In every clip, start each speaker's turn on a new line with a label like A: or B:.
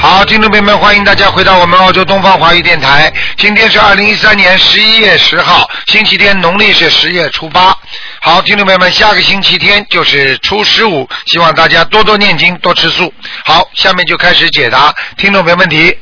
A: 好，听众朋友们，欢迎大家回到我们澳洲东方华语电台。今天是二零一三年十一月十号，星期天，农历是十月初八。好，听众朋友们，下个星期天就是初十五，希望大家多多念经，多吃素。好，下面就开始解答听众朋友问题。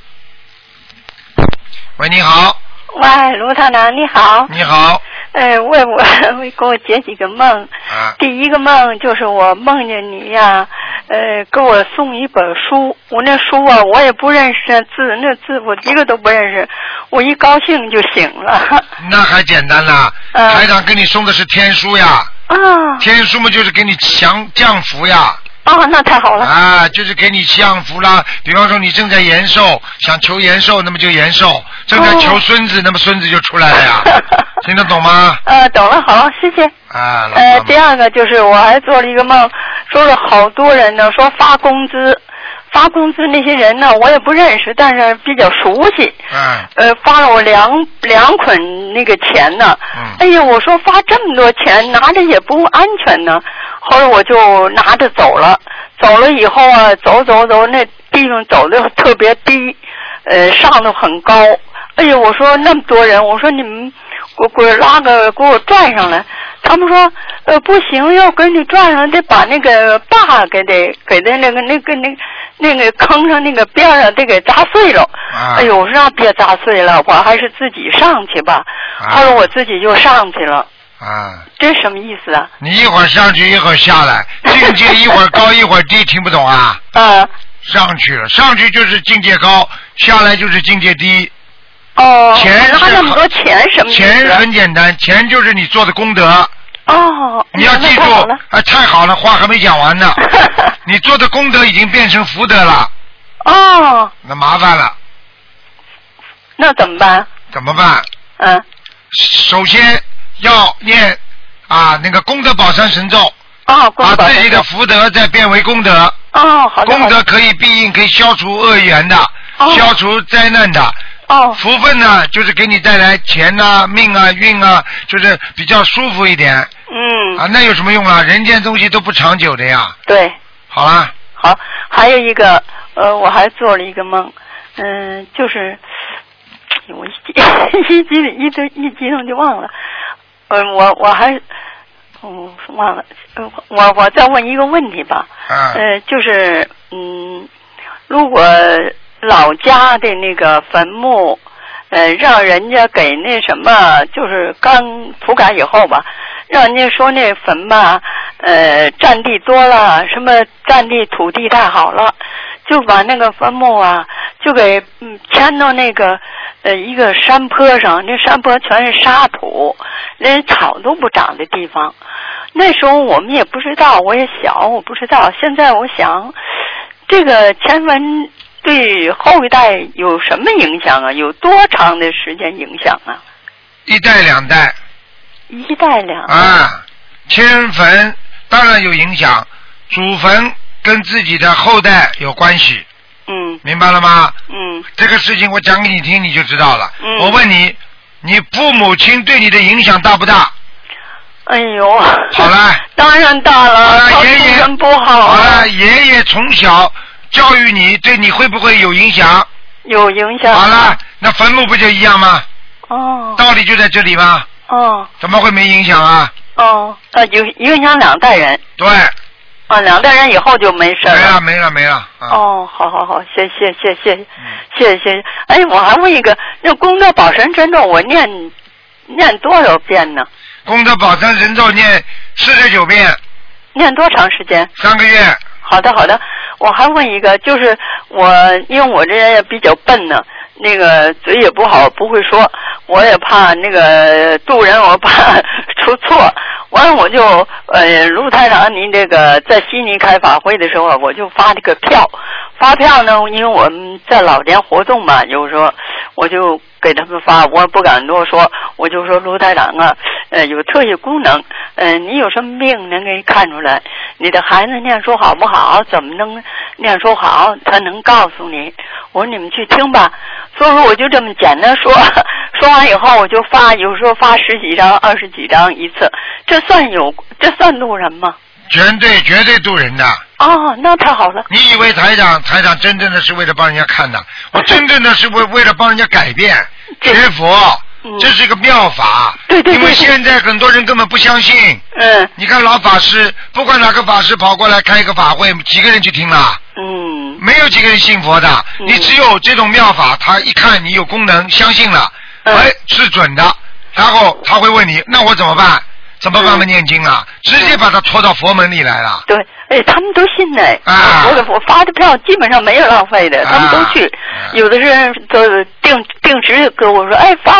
A: 喂，你好，
B: 喂，卢太长，你好。
A: 你好，
B: 哎，为我为给我解几个梦。
A: 啊，
B: 第一个梦就是我梦见你呀，呃，给我送一本书。我那书啊，我也不认识字，那字我一个都不认识。我一高兴就醒了。
A: 那还简单啦，
B: 嗯
A: 台长给你送的是天书呀，
B: 啊
A: 天书嘛就是给你降降福呀。
B: 啊，那太好了。
A: 啊，就是给你降福啦。比方说你正在延寿，想求延寿，那么就延寿；正
B: 哦
A: 在求孙子，那么孙子就出来了 呀。听得懂吗？
B: 呃，懂了，好，谢谢。
A: 啊，老
B: 呃
A: 妈，
B: 第
A: 妈，
B: 二个就是我还做了一个梦，说是好多人呢，说发工资，发工资那些人呢，我也不认识，但是比较熟悉。
A: 嗯，
B: 呃，发了我两两捆那个钱呢。
A: 嗯
B: 哎呀，我说发这么多钱拿着也不安全呢。后来我就拿着走了，走了以后啊，走走走，那地方走的特别低，呃，上头很高。哎呀，我说那么多人，我说你们给我给我拉个给我拽上来。他们说，呃，不行，要给你拽上，得把那个坝给得给的那个那个那个那个坑上那个边儿啊，得给砸碎了。
A: 啊
B: 哎呦，我说那别砸碎了，我还是自己上去吧。
A: 啊
B: 后来我自己就上去了，
A: 啊，
B: 这什么意思啊？
A: 你一会儿上去，一会儿下 来，境界一会儿高，一会儿低，听不懂啊？
B: 啊，
A: 上去了，上去就是境界高，下来就是境界低。
B: 哦，
A: 钱是
B: 拿那么
A: 很
B: 多钱什么意思
A: 钱
B: 啊？
A: 很简单，钱就是你做的功德，
B: 哦，
A: 你要
B: 那
A: 记住
B: 太好了。。
A: 啊，太好了，话还没讲 完呢。你做的功德已经变成福德了，
B: 哦，
A: 那麻烦了，
B: 那怎么办？
A: 怎么办？
B: 嗯，
A: 首先要念啊那个功德宝山神咒，
B: 哦，功
A: 把
B: 德宝
A: 自己的
B: 山
A: 福德再变为功德，
B: 哦，好的，
A: 功
B: 好的
A: 德可以庇应，可以消除恶缘的，
B: 哦
A: 消除灾难的。
B: 哦
A: 福分呢，就是给你带来钱呐、命啊、运啊，就是比较舒服一点
B: 嗯，
A: 啊。那有什么用啊？人间东西都不长久的呀。
B: 对，
A: 好啦，
B: 好，还有一个，呃，我还做了一个梦，嗯、就是我一激一激 一激一激动就忘了，嗯、我我还嗯忘了，呃我我再问一个问题吧，
C: 啊
A: 嗯
B: 呃，就是嗯，如果老家的那个坟墓，呃，让人家给那什么，就是刚土改以后吧，让人家说那坟吧，呃，占地多了，什么占地土地太好了，就把那个坟墓啊，就给嗯迁到那个呃一个山坡上，那山坡全是沙土，连草都不长的地方。那时候我们也不知道，我也小，我不知道。现在我想，这个前文对后一代有什么影响啊？有多长的时间影响啊？
A: 一代两代
B: 一代两代
A: 啊，迁坟当然有影响，祖坟跟自己的后代有关系，
B: 嗯
A: 明白了吗？
B: 嗯
A: 这个事情我讲给你听，你就知道了。
B: 嗯
A: 我问你，你父母亲对你的影响大不大？
B: 哎呦，
A: 好了，
B: 当然大了，
A: 好
B: 他
A: 了，爷
B: 精
A: 爷
B: 神不好啊
A: 了，爷爷从小教育你，对你会不会有影响？
B: 有影响。
A: 好了，那坟墓不就一样吗？
B: 哦
A: 道理就在这里吗？
B: 哦
A: 怎么会没影响啊？
B: 哦，啊，影影响两代人
A: 对，
B: 啊，两代人以后就没事
A: 没
B: 了
A: 了。哎没了没了啊！嗯
B: 哦，好好好，谢谢谢谢谢谢谢谢。哎，我还问一个，那功德宝神真咒我念念多少遍呢？
A: 功德宝山神咒念四十九遍，
B: 念多长时间？
A: 三个月。
B: 好的好的，我还问一个，就是我因为我这人也比较笨呢，那个嘴也不好，不会说，我也怕那个渡人，我怕 出错。完了我就呃，卢台长，您这个在悉尼开法会的时候啊，我就发这个票，发票呢，因为我们在老年活动嘛，有时候我就给他们发，我不敢多说，我就说卢台长啊，呃，有特异功能，嗯、呃，你有什么病能给你看出来？你的孩子念书好不好？怎么能念书好，他能告诉你。我说你们去听吧。所以说我就这么简单说， 说完以后我就发，有时候发十几张、二十几张一次，这算有这算路人吗？
A: 绝对绝对渡人的。
B: 哦，那太好了。
A: 你以为台长台长真正的是为了帮人家看的？我真正的是为为了帮人家改 变学
B: 对
A: 佛，
B: 嗯
A: 这是一个妙法。
B: 对对对
A: 因为
B: 对
A: 现在很多人根本不相信。
B: 嗯
A: 你看老法师，不管哪个法师跑过来开一个法会，几个人去听了？
B: 嗯
A: 没有几个人信佛的。
B: 嗯
A: 你只有这种妙法，他一看你有功能，相信了，
B: 嗯
A: 哎，是准的。然后他会问你，那我怎么办？怎么办嘛？
B: 嗯
A: 念经啊，直接把他拖到佛门里来了。
B: 对，哎，他们都信呢。
A: 啊
B: 我我发的票基本上没有浪费的，
A: 啊
B: 他们都去。
A: 啊
B: 有的人都定定时跟我说，哎，发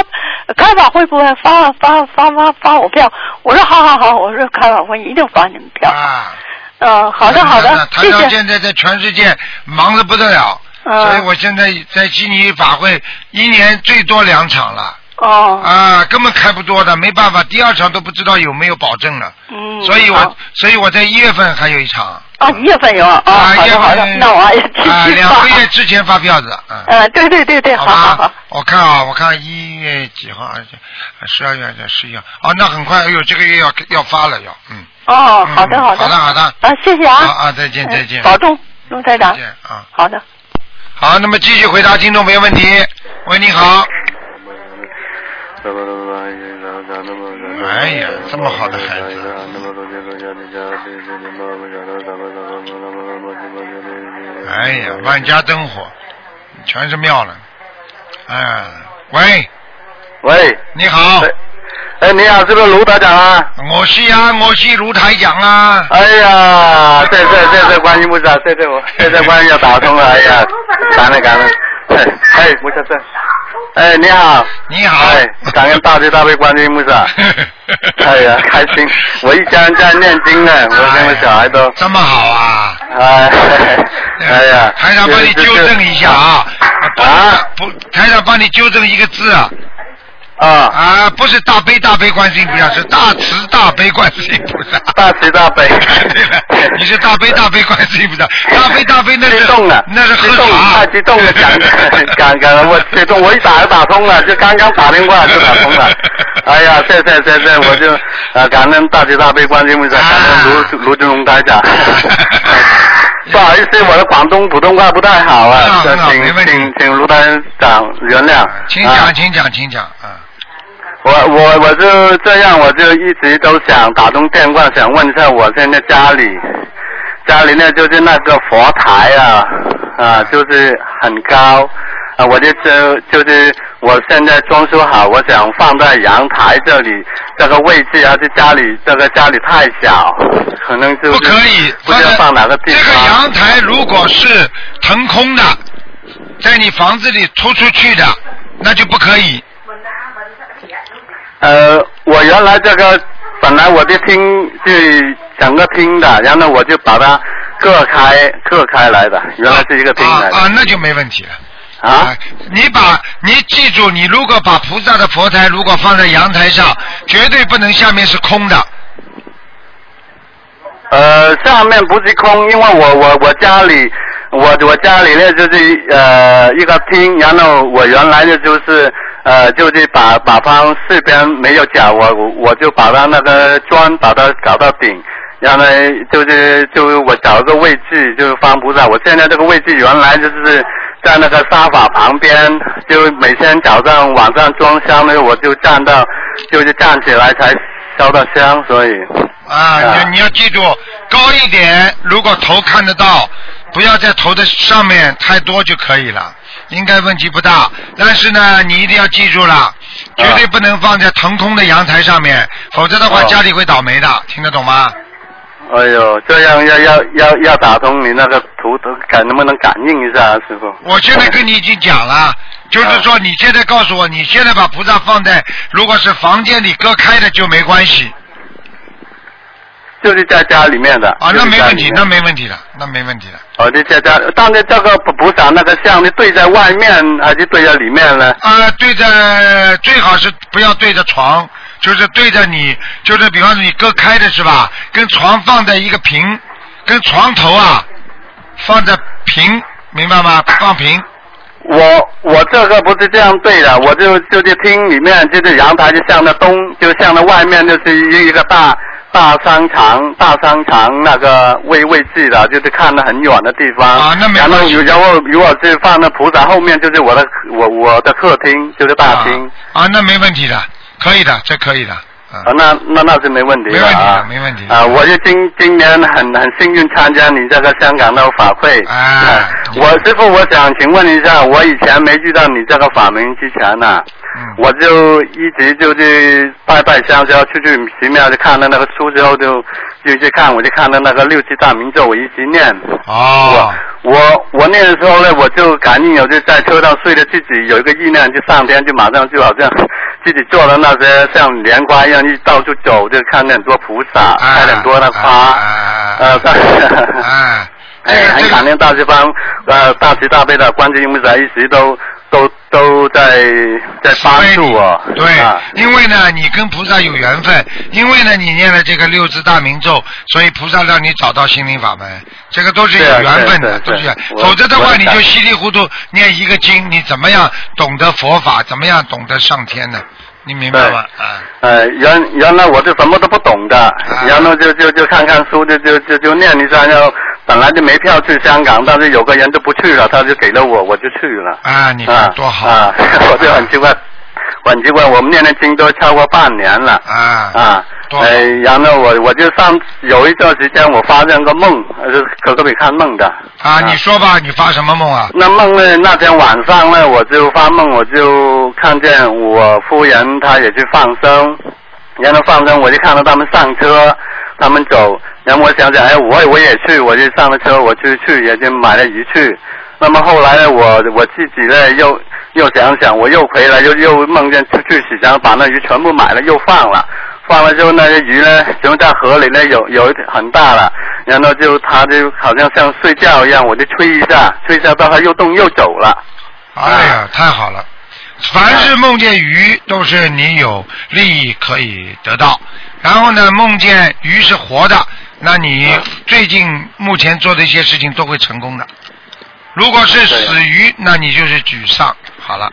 B: 开法会不会发发发发发我票？我说好好好，我说开法会一定发你们票。
A: 啊，
B: 嗯，好的好的，
A: 台
B: 谢
A: 长
B: 谢。
A: 现在在全世界忙得不得了，
B: 嗯
A: 所以我现在在悉尼法会一年最多两场了，
B: 哦，
A: 啊，根本开不多的，没办法，第二场都不知道有没有保证了，
B: 嗯，
A: 所以
B: 好
A: 我所以我在一月份还有一场，
D: 哦
B: 啊一月份有啊，好
A: 一月
B: 的好的，
A: 份
B: 那我还去
A: 啊
B: 去
A: 两个月
B: 发。
A: 之前发票子，嗯，
B: 呃，对对对 对，好好
A: 吧
B: 好，，
A: 我看啊，我看一月几号，而且十二月十一号，哦，那很快，哎呦，这个月要要发了要，嗯，
B: 哦，
A: 嗯
B: 好的好的，
A: 好的好的
B: 啊，谢谢
A: 好
B: 啊，
A: 啊，再见再见，
B: 嗯保重，陆台
A: 再
B: 长，
A: 见啊。
B: 好的。
A: 好，那么继续回答听众朋友问题。喂，你好。
C: 哎呀，这么好的孩子。
A: 哎
C: 哎
A: 呀
C: 呀，，
A: 万
C: 万
A: 家
C: 家。
A: 灯火，全是妙了。哎，喂，
C: 喂，
A: 你好，
C: 哎，你好，是不是卢台长啊？
A: 我是啊，我是卢台长啊。
C: 哎呀，这这这这观音菩萨，这这 我这这观音要打通了，哎呀，感恩 感恩，哎，菩萨这，哎，你好，
A: 你好，
C: 哎，感恩大慈大悲观音菩萨， 哎呀，开心，我一家人在念经呢，我跟我小孩都，
A: 哎这么好啊！
C: 哎，哎呀，
A: 台长帮你纠正一下啊，
C: 啊
A: 不，台长帮你纠正一个字啊，
C: 啊，
A: 啊，不是大悲大悲观世音菩萨，是大慈大悲观世音菩萨。
C: 大慈大悲，
A: 对了， 你是大悲大悲观世音菩萨， 大悲大悲那是
C: 激动了，
A: 那是
C: 激
A: 喝
C: 动了，
A: 茶，啊
C: 太 激动了，感感感恩我激动，我一打就打通了，就刚刚打电话就打通 了。哎呀，谢谢谢谢，我就呃感恩大慈大悲观世音菩
A: 啊
C: 萨，感恩卢卢俊龙 台长。不好意思，我的广东普通话不太好啊，
A: 很好没
C: 请
A: 问题
C: 请请卢台长原谅。
A: 请
C: 啊
A: 讲，请讲，请讲啊！
C: 我我我就这样，我就一直都想打通电话，想问一下我现在家里，家里呢就是那个佛台啊，啊就是很高，啊我就就就是我现在装修好，我想放在阳台这里，这个位置啊，这家里这个家里太小，可能就是
A: 不可以，
C: 不知道
A: 放
C: 放
A: 在
C: 哪个地
A: 这
C: 方。
A: 个阳台如果是腾空的，在你房子里突出去的，那就不可以。
C: 呃，我原来这个本来我的厅是整个厅的，然后我就把它各开各开来的，原来是一个厅
A: 啊
C: 来的
A: 啊，那就没问题了。
C: 啊
A: 你把你记住，你如果把菩萨的佛台如果放在阳台上，绝对不能下面是空的。
C: 呃，下面不是空，因为我我我家里我我家里呢就是呃一个厅，然后我原来的就是呃就是把把它四边没有角，我我我就把它那个砖把它搞到顶。然后呢，就是就是我找一个位置，就是放菩萨。我现在这个位置原来就是在那个沙发旁边，就每天早上晚上装香呢，我就站到，就是站起来才烧到香，所以
A: 啊，你你要记住，高一点，如果头看得到，不要在头的上面太多就可以了，应该问题不大。但是呢，你一定要记住了，绝对不能放在腾空的阳台上面，否则的话
C: 啊哦
A: 家里会倒霉的，听得懂吗？
C: 哎呦，这样要要要要打通你那个图图，改能不能感应一下、啊，师傅？
A: 我现在跟你已经讲了，就是说你现在告诉我，你现在把菩萨放在如果是房间里隔开的就没关系
C: 就是在家里面的
A: 啊，那没问题，那
C: 没
A: 没问题的，那没问题的。
C: 哦，就在家，但是这个菩萨那个像，你对在外面还是对在里面呢？
A: 呃，对着最好是不要对着床，就是对着你，就是比方说你隔开的是吧？跟床放在一个平，跟床头啊放在平，明白吗？放平。
C: 我我这个不是这样对的，我就就是厅里面就是阳台就向着东，就向着外面就是一一个大大商场，大商场那个位位置的，就是看得很远的地方。
A: 啊那没
C: 然后
A: 关系
C: 有然后如果是放在菩萨后面，就是我的我我的客厅，就是大厅。
A: 啊啊，那没问题的，可以的，这可以的，啊
C: 啊，那那那是没问题
A: 没问题
C: 啊
A: 的，，没问题的。
C: 啊，我就今今年很很幸运参加你这个香港的法会。
A: 啊
C: 我师傅，我想请问一下，我以前没遇到你这个法门之前呢、
A: 嗯，
C: 我就一直就去拜拜香蕉，去去寺庙就看了那个书之后就就去看，我就看了那个六七大明咒，我一直念。
A: 哦，
C: 我我我念的时候呢，我就感应有就在车上睡了，自己有一个意念，就上天就马上就好像自己做了那些像莲花一样，一到处走，就看见很多菩萨，
A: 哎
C: 看见很多那花，
A: 哎
C: 呃，但
A: 哎
C: 是
A: 哎，这
C: 哎，很
A: 个这
C: 感
A: 个
C: 念大西方，呃，大慈大悲的观世音菩萨一直都都都在在帮助我，
A: 对
C: 啊，
A: 因为呢，你跟菩萨有缘分，因为呢，你念了这个六字大明咒，所以菩萨让你找到心灵法门，这个都是
C: 对
A: 有
C: 啊
A: 缘分的，
C: 对
A: 都
C: 对
A: 是有缘。
C: 对
A: 否则的
C: 我
A: 话，
C: 我
A: 你
C: 也感
A: 就稀里糊涂念一个经，你怎么样懂得佛法，怎么样懂得上天呢？你明白吗？啊，
C: 呃，原原来我是什么都不懂的，然后就就就看看书，就就就就念一下，然后本来就没票去香港，但是有个人就不去了，他就给了我，我就去了。
A: 啊，你
C: 啊
A: 看，多好
C: 啊！ 我就很奇怪，我很奇怪，我们念的经都超过半年了。
A: 啊
C: 啊，
A: 多好
C: 呃，然后我我就上有一段时间我发生个梦，呃是可可以看梦的。
A: 啊！你说吧，你发什么梦啊？
C: 那梦呢？那天晚上呢，我就发梦，我就看见我夫人她也去放生，然后放生我就看到他们上车，他们走，然后我想想，哎，我我也去，我就上了车，我就去也就买了鱼去。那么后来呢，我我自己呢又又想想，我又回来又又梦见出去洗想把那鱼全部买了又放了。放了之后，那些鱼呢，全部在河里呢，有有一点很大了，然后就它就好像像睡觉一样，我就吹一下，吹一下，到它又动又走了。
A: 哎呀，太好了！凡是梦见鱼，都是你有利益可以得到。然后呢，梦见鱼是活的，那你最近目前做的一些事情都会成功的。如果是死鱼，那你就是沮丧。
C: 哎
A: 好了，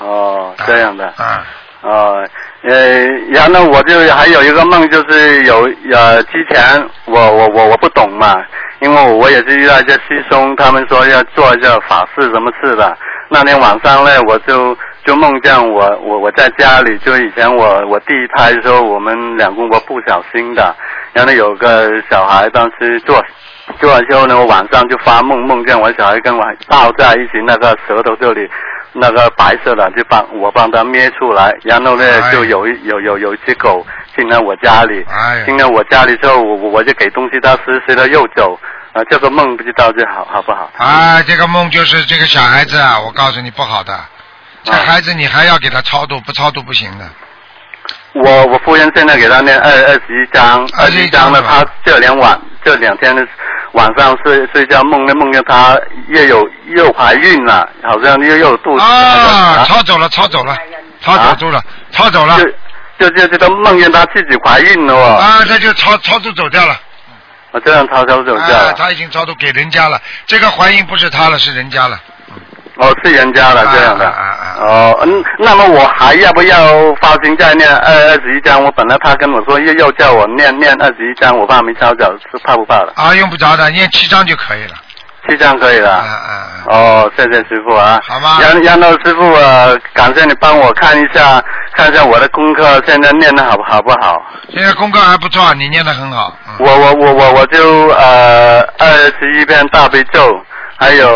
C: 哦，这样的。
A: 啊，
C: 哦，呃，然后我就还有一个梦，就是有呃，之前我我我我不懂嘛，因为我也是遇到一些师兄，他们说要做一下法事什么事的。那天晚上呢，我就就梦见我我我在家里，就以前我我第一胎的时候，我们两公婆不小心的，然后有个小孩当时做做完之后呢，我晚上就发梦，梦见我小孩跟我抱在一起，那个舌头这里那个白色的就帮我帮他捏出来，然后呢
A: 哎
C: 就有一有有有一只狗进来我家里，
A: 哎呀
C: 进，来我家里之后，我我我就给东西它吃，吃了又走，啊、这个梦不知道这好好不好？
A: 啊，这个梦就是这个小孩子啊，我告诉你不好的，这孩子你还要给他超度，不超度不行的。
C: 我我夫人现在给他念二二十一章，
A: 21
C: 十一章呢，
A: 章啊是
C: 他这两晚这两天的晚上睡睡觉梦呢，梦见他又有又怀孕了，好像又又有肚子
A: 啊，
C: 那个
A: 抄走了，抄走了，
C: 哎
A: 抄走住了，抄走了
C: 啊，。就就就这个梦见他自己怀孕了哦，
A: 啊，这就超超度走掉了。
C: 我这样悄悄走掉
A: 啊
C: 了，，
A: 他已经超度给人家了，这个怀孕不是他了，是人家了。
C: 哦是人家了这样的
A: 啊啊啊，
C: 哦嗯，那么我还要不要发心再念二二十一章？我本来他跟我说又要叫我念念二十一章，我怕没抄脚，是怕不怕了？
A: 啊，用不着的，念七章就可以了。
C: 七章可以了。
A: 啊啊啊！
C: 哦，谢谢师傅啊。
A: 好吗
C: 杨杨豆师傅啊，感谢你帮我看一下，看一下我的功课现在念的好不好不好？
A: 现在功课还不错，你念得很好。嗯。
C: 我我我我我就呃二十一篇大悲咒，还有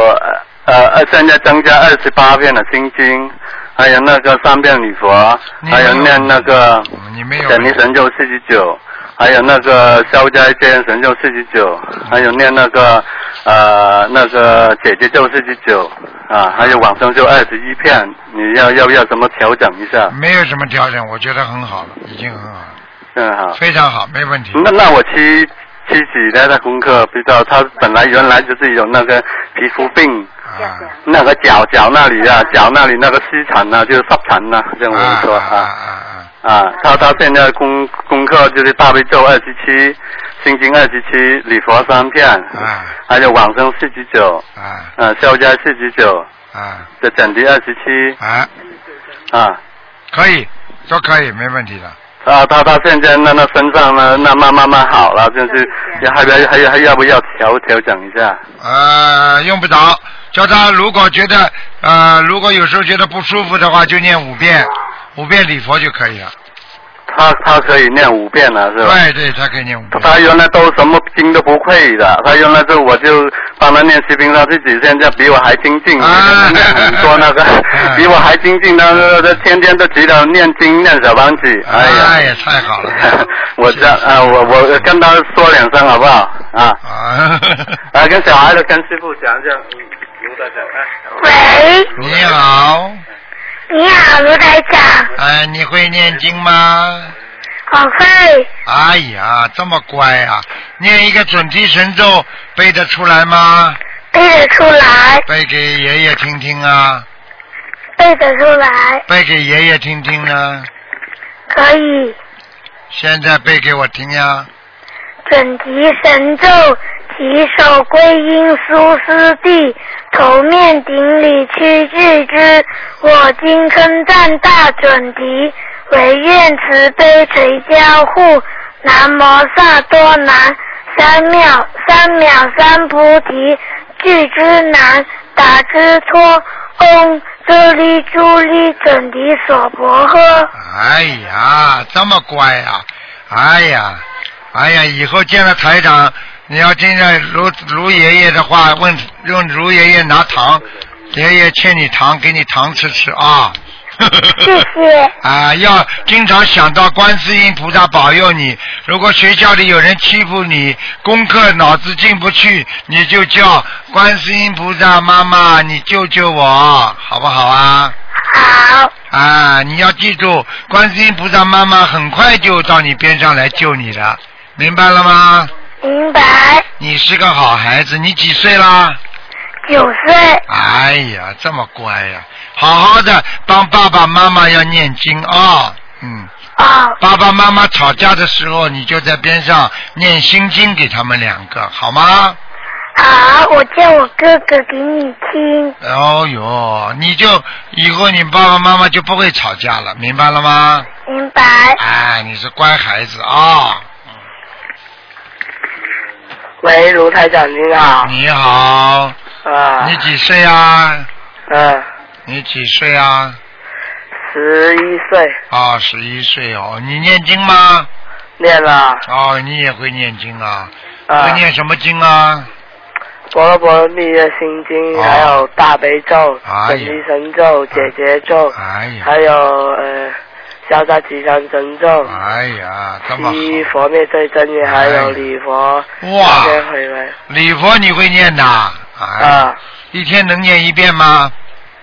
C: 呃呃现在增加二十八篇的心经，还有那个三遍礼佛，
A: 你
C: 还有
A: 没有
C: 念那个
A: 嗯你没有
C: 简历神咒四十九。还有那个消灾接人神咒四十九，还有念那个呃那个姐姐咒四十九啊，还有往生咒二十一片，你要要不要怎么调整一下？
A: 没有什么调整，我觉得很好了，已经很好了，
C: 嗯好。
A: 非常好，没问题。
C: 那那我妻妻子她的功课不知道，她本来原来就是有那个皮肤病，
A: 啊
C: 那个脚脚那里啊，脚那里那个湿疹呐，就是湿疹呐，这样我们说
A: 啊
C: 啊
A: 啊啊！
C: 啊，她她现在功功课就是大悲咒二十七，心经二十七，礼佛三片，
A: 啊
C: 还有往生四十九，
A: 啊
C: 呃，消灾四十九，
A: 啊
C: 这整体二十七
A: 啊，
C: 啊。
A: 可以，都可以，没问题的。
C: 啊，他他现在那那身上呢，那慢慢慢好了，就是还要还要还要不要调调整一下？
A: 呃，用不着，叫他如果觉得呃，如果有时候觉得不舒服的话，就念五遍，五遍礼佛就可以了。
C: 他他可以念五遍了，是吧？
A: 对对，他可以念五遍。
C: 他原来都什么经都不会的，他原来就我就帮他念七经，他自己现在比我还精进，
A: 啊
C: 念很多那 个
A: 哎，
C: 比我还精进，他他天天都知道念经念小帮子，哎呀，
A: 哎呀，太好了！
C: 我这啊，我我跟他说两声好不好？啊，
A: 啊，
C: 啊，跟小孩子跟师傅讲讲，嗯刘大讲，哎
E: 喂，
A: 你好，
E: 你好，卢台长，
A: 哎，你会念经吗？
E: 我哦会
A: 哎呀，这么乖啊！念一个准提神咒背得出来吗？
E: 背得出来，
A: 背给爷爷听听啊，
E: 背得出来，
A: 背给爷爷听听呢。
E: 可以。
A: 现在背给我听呀。
E: 准提神咒，起手归因苏师地，头面顶礼屈至之。我今称赞大准提，唯愿慈悲垂交护。南无萨多南，三藐三藐三菩提，具之难，达之脱。嗡，朱哩朱哩，准提所婆诃。
A: 哎呀，这么乖呀、哎呀，哎呀，以后见了台长，你要听着卢卢爷爷的话，问用卢爷爷拿糖，爷爷欠你糖，给你糖吃吃啊。
E: 谢谢。
A: 啊，要经常想到观世音菩萨保佑你。如果学校里有人欺负你，功课脑子进不去，你就叫观世音菩萨妈妈，你救救我，好不好啊？
E: 好，
A: 啊，你要记住，观世音菩萨妈妈很快就到你边上来救你的，明白了吗？
E: 明白。
A: 你是个好孩子，你几岁啦？
E: 九岁。
A: 哎呀，这么乖呀、好好的帮爸爸妈妈要念经啊、嗯，
E: 哦，
A: 爸爸妈妈吵架的时候，你就在边上念心经给他们两个，好吗？
E: 好，我叫我哥哥给你听。
A: 哦哟，你就以后你爸爸妈妈就不会吵架了，明白了吗？
E: 明白。
A: 哎，你是乖孩子啊、
F: 喂，卢台长您好。
A: 你好，
F: 啊，
A: 你几岁啊？
F: 嗯，
A: 你几岁啊？
F: 十一岁，
A: 啊、1十一岁哦。你念经吗？
F: 念了
A: 哦，你也会念经啊？
F: 啊
A: 会，念什么经啊？
F: 婆罗波罗蜜的心经，
A: 哦
F: 还有大悲咒、
A: 哎呀
F: 本提神咒、解结咒，
A: 哎呀，
F: 还有呃消灾吉祥神咒、
A: 哎呀，这么
F: 七
A: 好！
F: 佛灭罪真言，还
A: 哎呀
F: 有礼佛
A: 哇
F: 三千回文
A: 礼佛你会念的？哎，
F: 啊，
A: 一天能念一遍吗？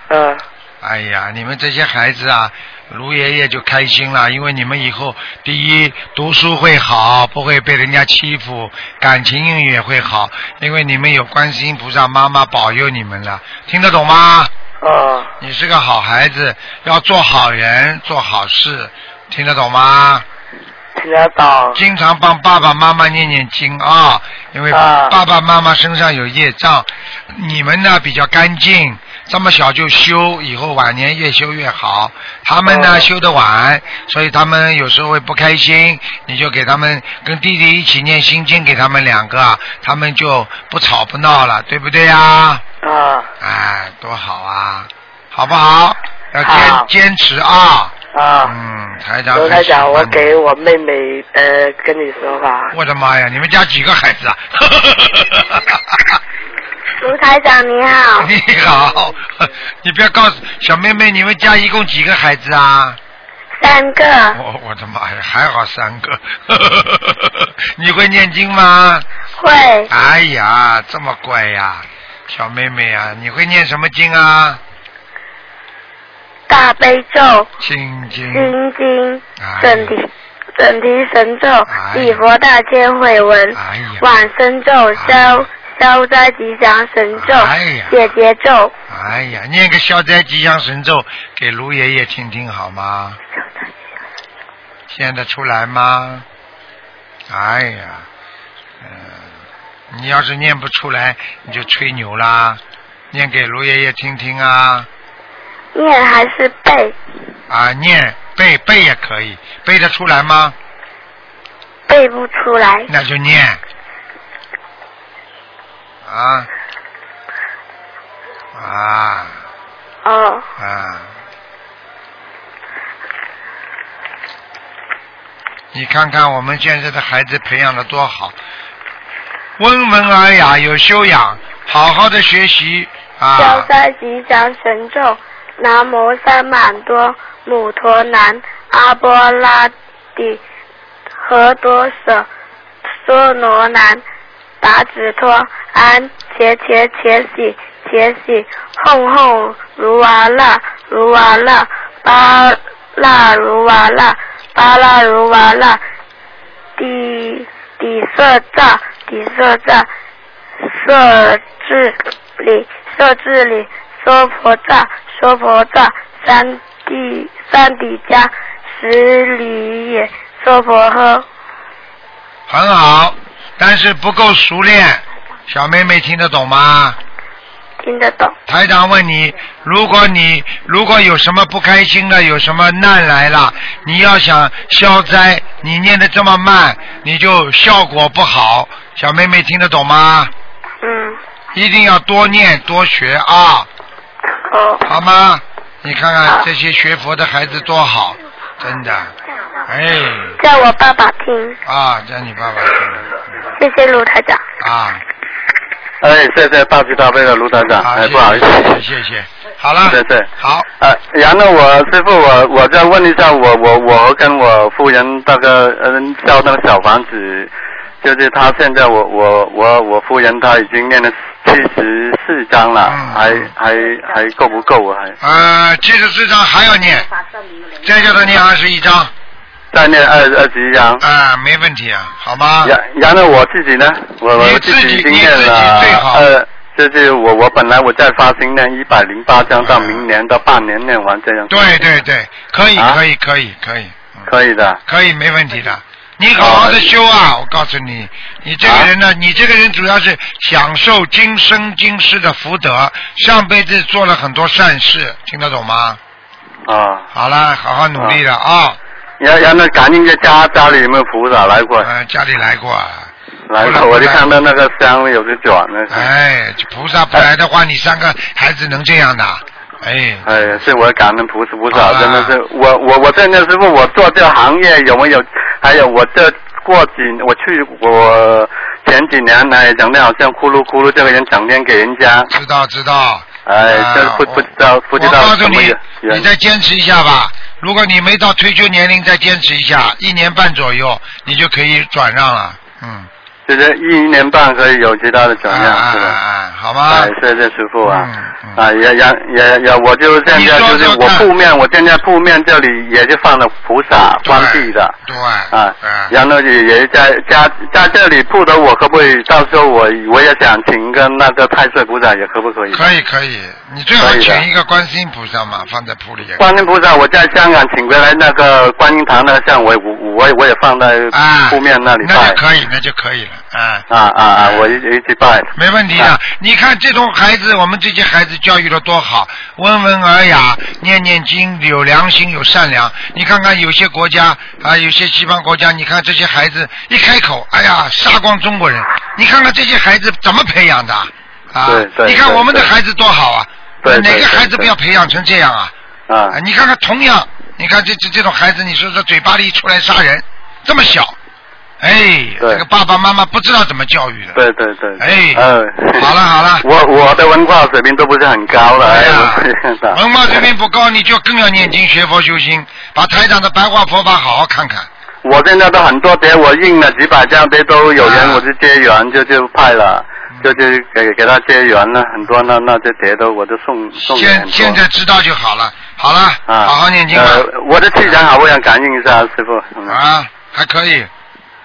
F: 嗯，
A: 哎呀，你们这些孩子啊，卢爷爷就开心了，因为你们以后第一读书会好，不会被人家欺负，感情运也会好，因为你们有观世音菩萨妈妈保佑你们了，听得懂吗？
F: 哦，
A: 你是个好孩子，要做好人，做好事，听得懂吗？
F: 听得懂，
A: 经常帮爸爸妈妈念念经啊，因为
F: 啊
A: 爸爸妈妈身上有业障，你们呢比较干净，这么小就修，以后晚年越修越好。他们呢、
F: 哦
A: 修得晚，所以他们有时候会不开心，你就给他们跟弟弟一起念心经，给他们两个，他们就不吵不闹了，对不对呀、
F: 啊
A: 哎，多好啊，好不好？要
F: 好
A: 坚坚持啊，
F: 啊。
A: 嗯，台长
F: 卢
A: 很喜欢你。
F: 台长，我给我妹妹呃跟你 说吧，
A: 我的妈呀！你们家几个孩子啊？
E: 卢台长你
G: 啊
E: 好，
A: 你好， 你不要告诉小妹妹，你们家一共几个孩子啊？
E: 三个
A: 我我的妈呀，还好三个。 你会念经吗？
E: 会
A: 哎呀，这么乖呀，小妹妹啊，你会念什么经啊？
E: 大悲咒、
A: 心经。
E: 心经、
A: 哎
E: 准提、准提神咒、
A: 哎
E: 礼佛大千会文、
A: 哎呀，
E: 往生咒、消消灾吉祥神咒
A: 哎呀、
E: 解结咒。
A: 哎呀，念个消灾吉祥神咒给卢爷爷听听好吗？现在出来吗？哎呀，嗯，你要是念不出来，你就吹牛啦，念给卢爷爷听听啊
E: 念还是背？
A: 啊，念背背也可以，背得出来吗？
E: 背不出来。
A: 那就念。啊啊
E: 哦，
A: 啊！你看看我们现在的孩子培养的多好，温文尔雅，有修养，好好的学习
E: 消
A: 啊！
E: 灾吉祥神咒：南无三满多母陀南阿波拉底和多舍娑罗南达指托安且且且喜且喜哄哄如娃那如娃那巴那如娃那巴那如娃那底底色藏底色藏设置里设置里娑婆藏娑婆藏三地三地家十里也娑婆诃。
A: 很好，但是不够熟练。小妹妹听得懂吗？
E: 听得懂。
A: 台长问你，如果你如果有什么不开心的，有什么难来了，你要想消灾，你念的这么慢，你就效果不好。小妹妹听得懂吗？
E: 嗯，
A: 一定要多念多学啊，
E: 哦，
A: 好吗？你看看这些学佛的孩子多好，真的，哎，
E: 叫我爸爸听，
A: 啊，叫你爸爸听
E: 谢谢卢台长。
A: 啊，
C: 哎，谢谢大慈大悲的卢团长，
A: 好，
C: 哎，
A: 谢
C: 不好意思。
A: 谢谢谢，好了，
C: 对对
A: 好，
C: 呃，然后我师傅，我我再问一下，我我我跟我夫人那个嗯烧那个小房子，就是他现在我我我我夫人她已经念了七十四章了，
A: 嗯
C: 还还还够不够啊？还
A: 呃，七十四章还要念，再叫他念二十一章，
C: 再念二二十一章。
A: 啊，没问题啊，好吗？
C: 然然后我自己呢，我
A: 你
C: 我
A: 自己
C: 已经念
A: 你自己最好
C: 了呃，就是我我本来我在发心念一百零八章，到明年到半年念完这样。
A: 对对对，可以
C: 啊
A: 可以可以可以，嗯
C: 可以的。
A: 可以，没问题的。你好好的修啊！我告诉你，你这个人呢，你这个人主要是享受今生今世的福德，上辈子做了很多善事，听得懂吗？
C: 啊，
A: 好了，好好努力了啊！
C: 然然后赶紧在家家里有没有菩萨来过
A: 嗯、？家里来过啊，
C: 来过，我就看到那个香有个转了。
A: 哎，菩萨不来的话，你三个孩子能这样的？哎，
C: 哎呀，是我感恩菩萨，菩萨
A: 啊
C: 真的是我我我现在师傅，我做这行业有没有？还有我这过几我去我前几年来整天好像咕噜咕噜，这个人整天给人家，
A: 知道知道。
C: 哎，
A: 啊
C: 这不
A: 我
C: 不知道不知道
A: 我告诉
C: 什么
A: 你
C: 原，
A: 你再坚持一下吧。如果你没到退休年龄，再坚持一下，一年半左右，你就可以转让了。嗯，
C: 就是一年半可以有其他的
A: 啊
C: 转
A: 啊
C: 让，是
A: 啊
C: 吧？
A: 啊，好吗
C: 哎？，谢谢师傅啊
A: 嗯！嗯
C: 啊，也也也也，我就现
A: 你
C: 在
A: 说
C: 就是
A: 说
C: 我
A: 看
C: 铺面，我现在铺面这里也是放了菩萨
A: 对
C: 关闭的
A: 对，
C: 啊
A: 嗯，
C: 然后也也在家在这里铺的，我可不可以到时候我我也想请个那个太岁菩萨，也可不可以？
A: 可以可以，你最好
C: 嗯可以的
A: 请一个观世音菩萨嘛，放在铺里也可以。
C: 观音菩萨，我在香港请回来那个观音堂那个像我也我我也我也放在
A: 啊，
C: 铺面那里
A: 那
C: 拜
A: 就可以，那就可以了，啊。
C: 啊啊啊！我一一起拜，
A: 没问题的
C: 啊。
A: 你看这种孩子，我们这些孩子教育的多好，温文尔雅，念念经，有良心，有善良。你看看有些国家啊，有些西方国家，你看这些孩子一开口，哎呀，杀光中国人。你看看这些孩子怎么培养的啊
C: 对？对
A: 你看我们的孩子多好啊！
C: 对对
A: 哪个
C: 对
A: 孩子
C: 对
A: 不要培养成这样啊？
C: 啊
A: 啊，你看看同样，你看这这这种孩子，你说这嘴巴里一出来杀人，这么小，哎，
C: 对
A: 这个爸爸妈妈不知道怎么教育的。
C: 对对对，
A: 哎
C: 嗯，
A: 好了好了
C: 我我的文化水平都不是很高了，
A: 哎
C: 哎
A: 呀
C: 我
A: 文化水平不高，你就更要念经学佛修心，把台长的白话佛法好好看看。
C: 我现在都很多碟，我印了几百张碟都有人，
A: 啊嗯
C: 我就接缘就就派了，就就给给他接缘了，很多那那些碟都我都送送给很
A: 现现
C: 多
A: 在知道就好了，好了，
C: 啊，
A: 好好念经吧。
C: 呃，我的气场好，我想感应一下师傅。嗯，
A: 啊，还可以，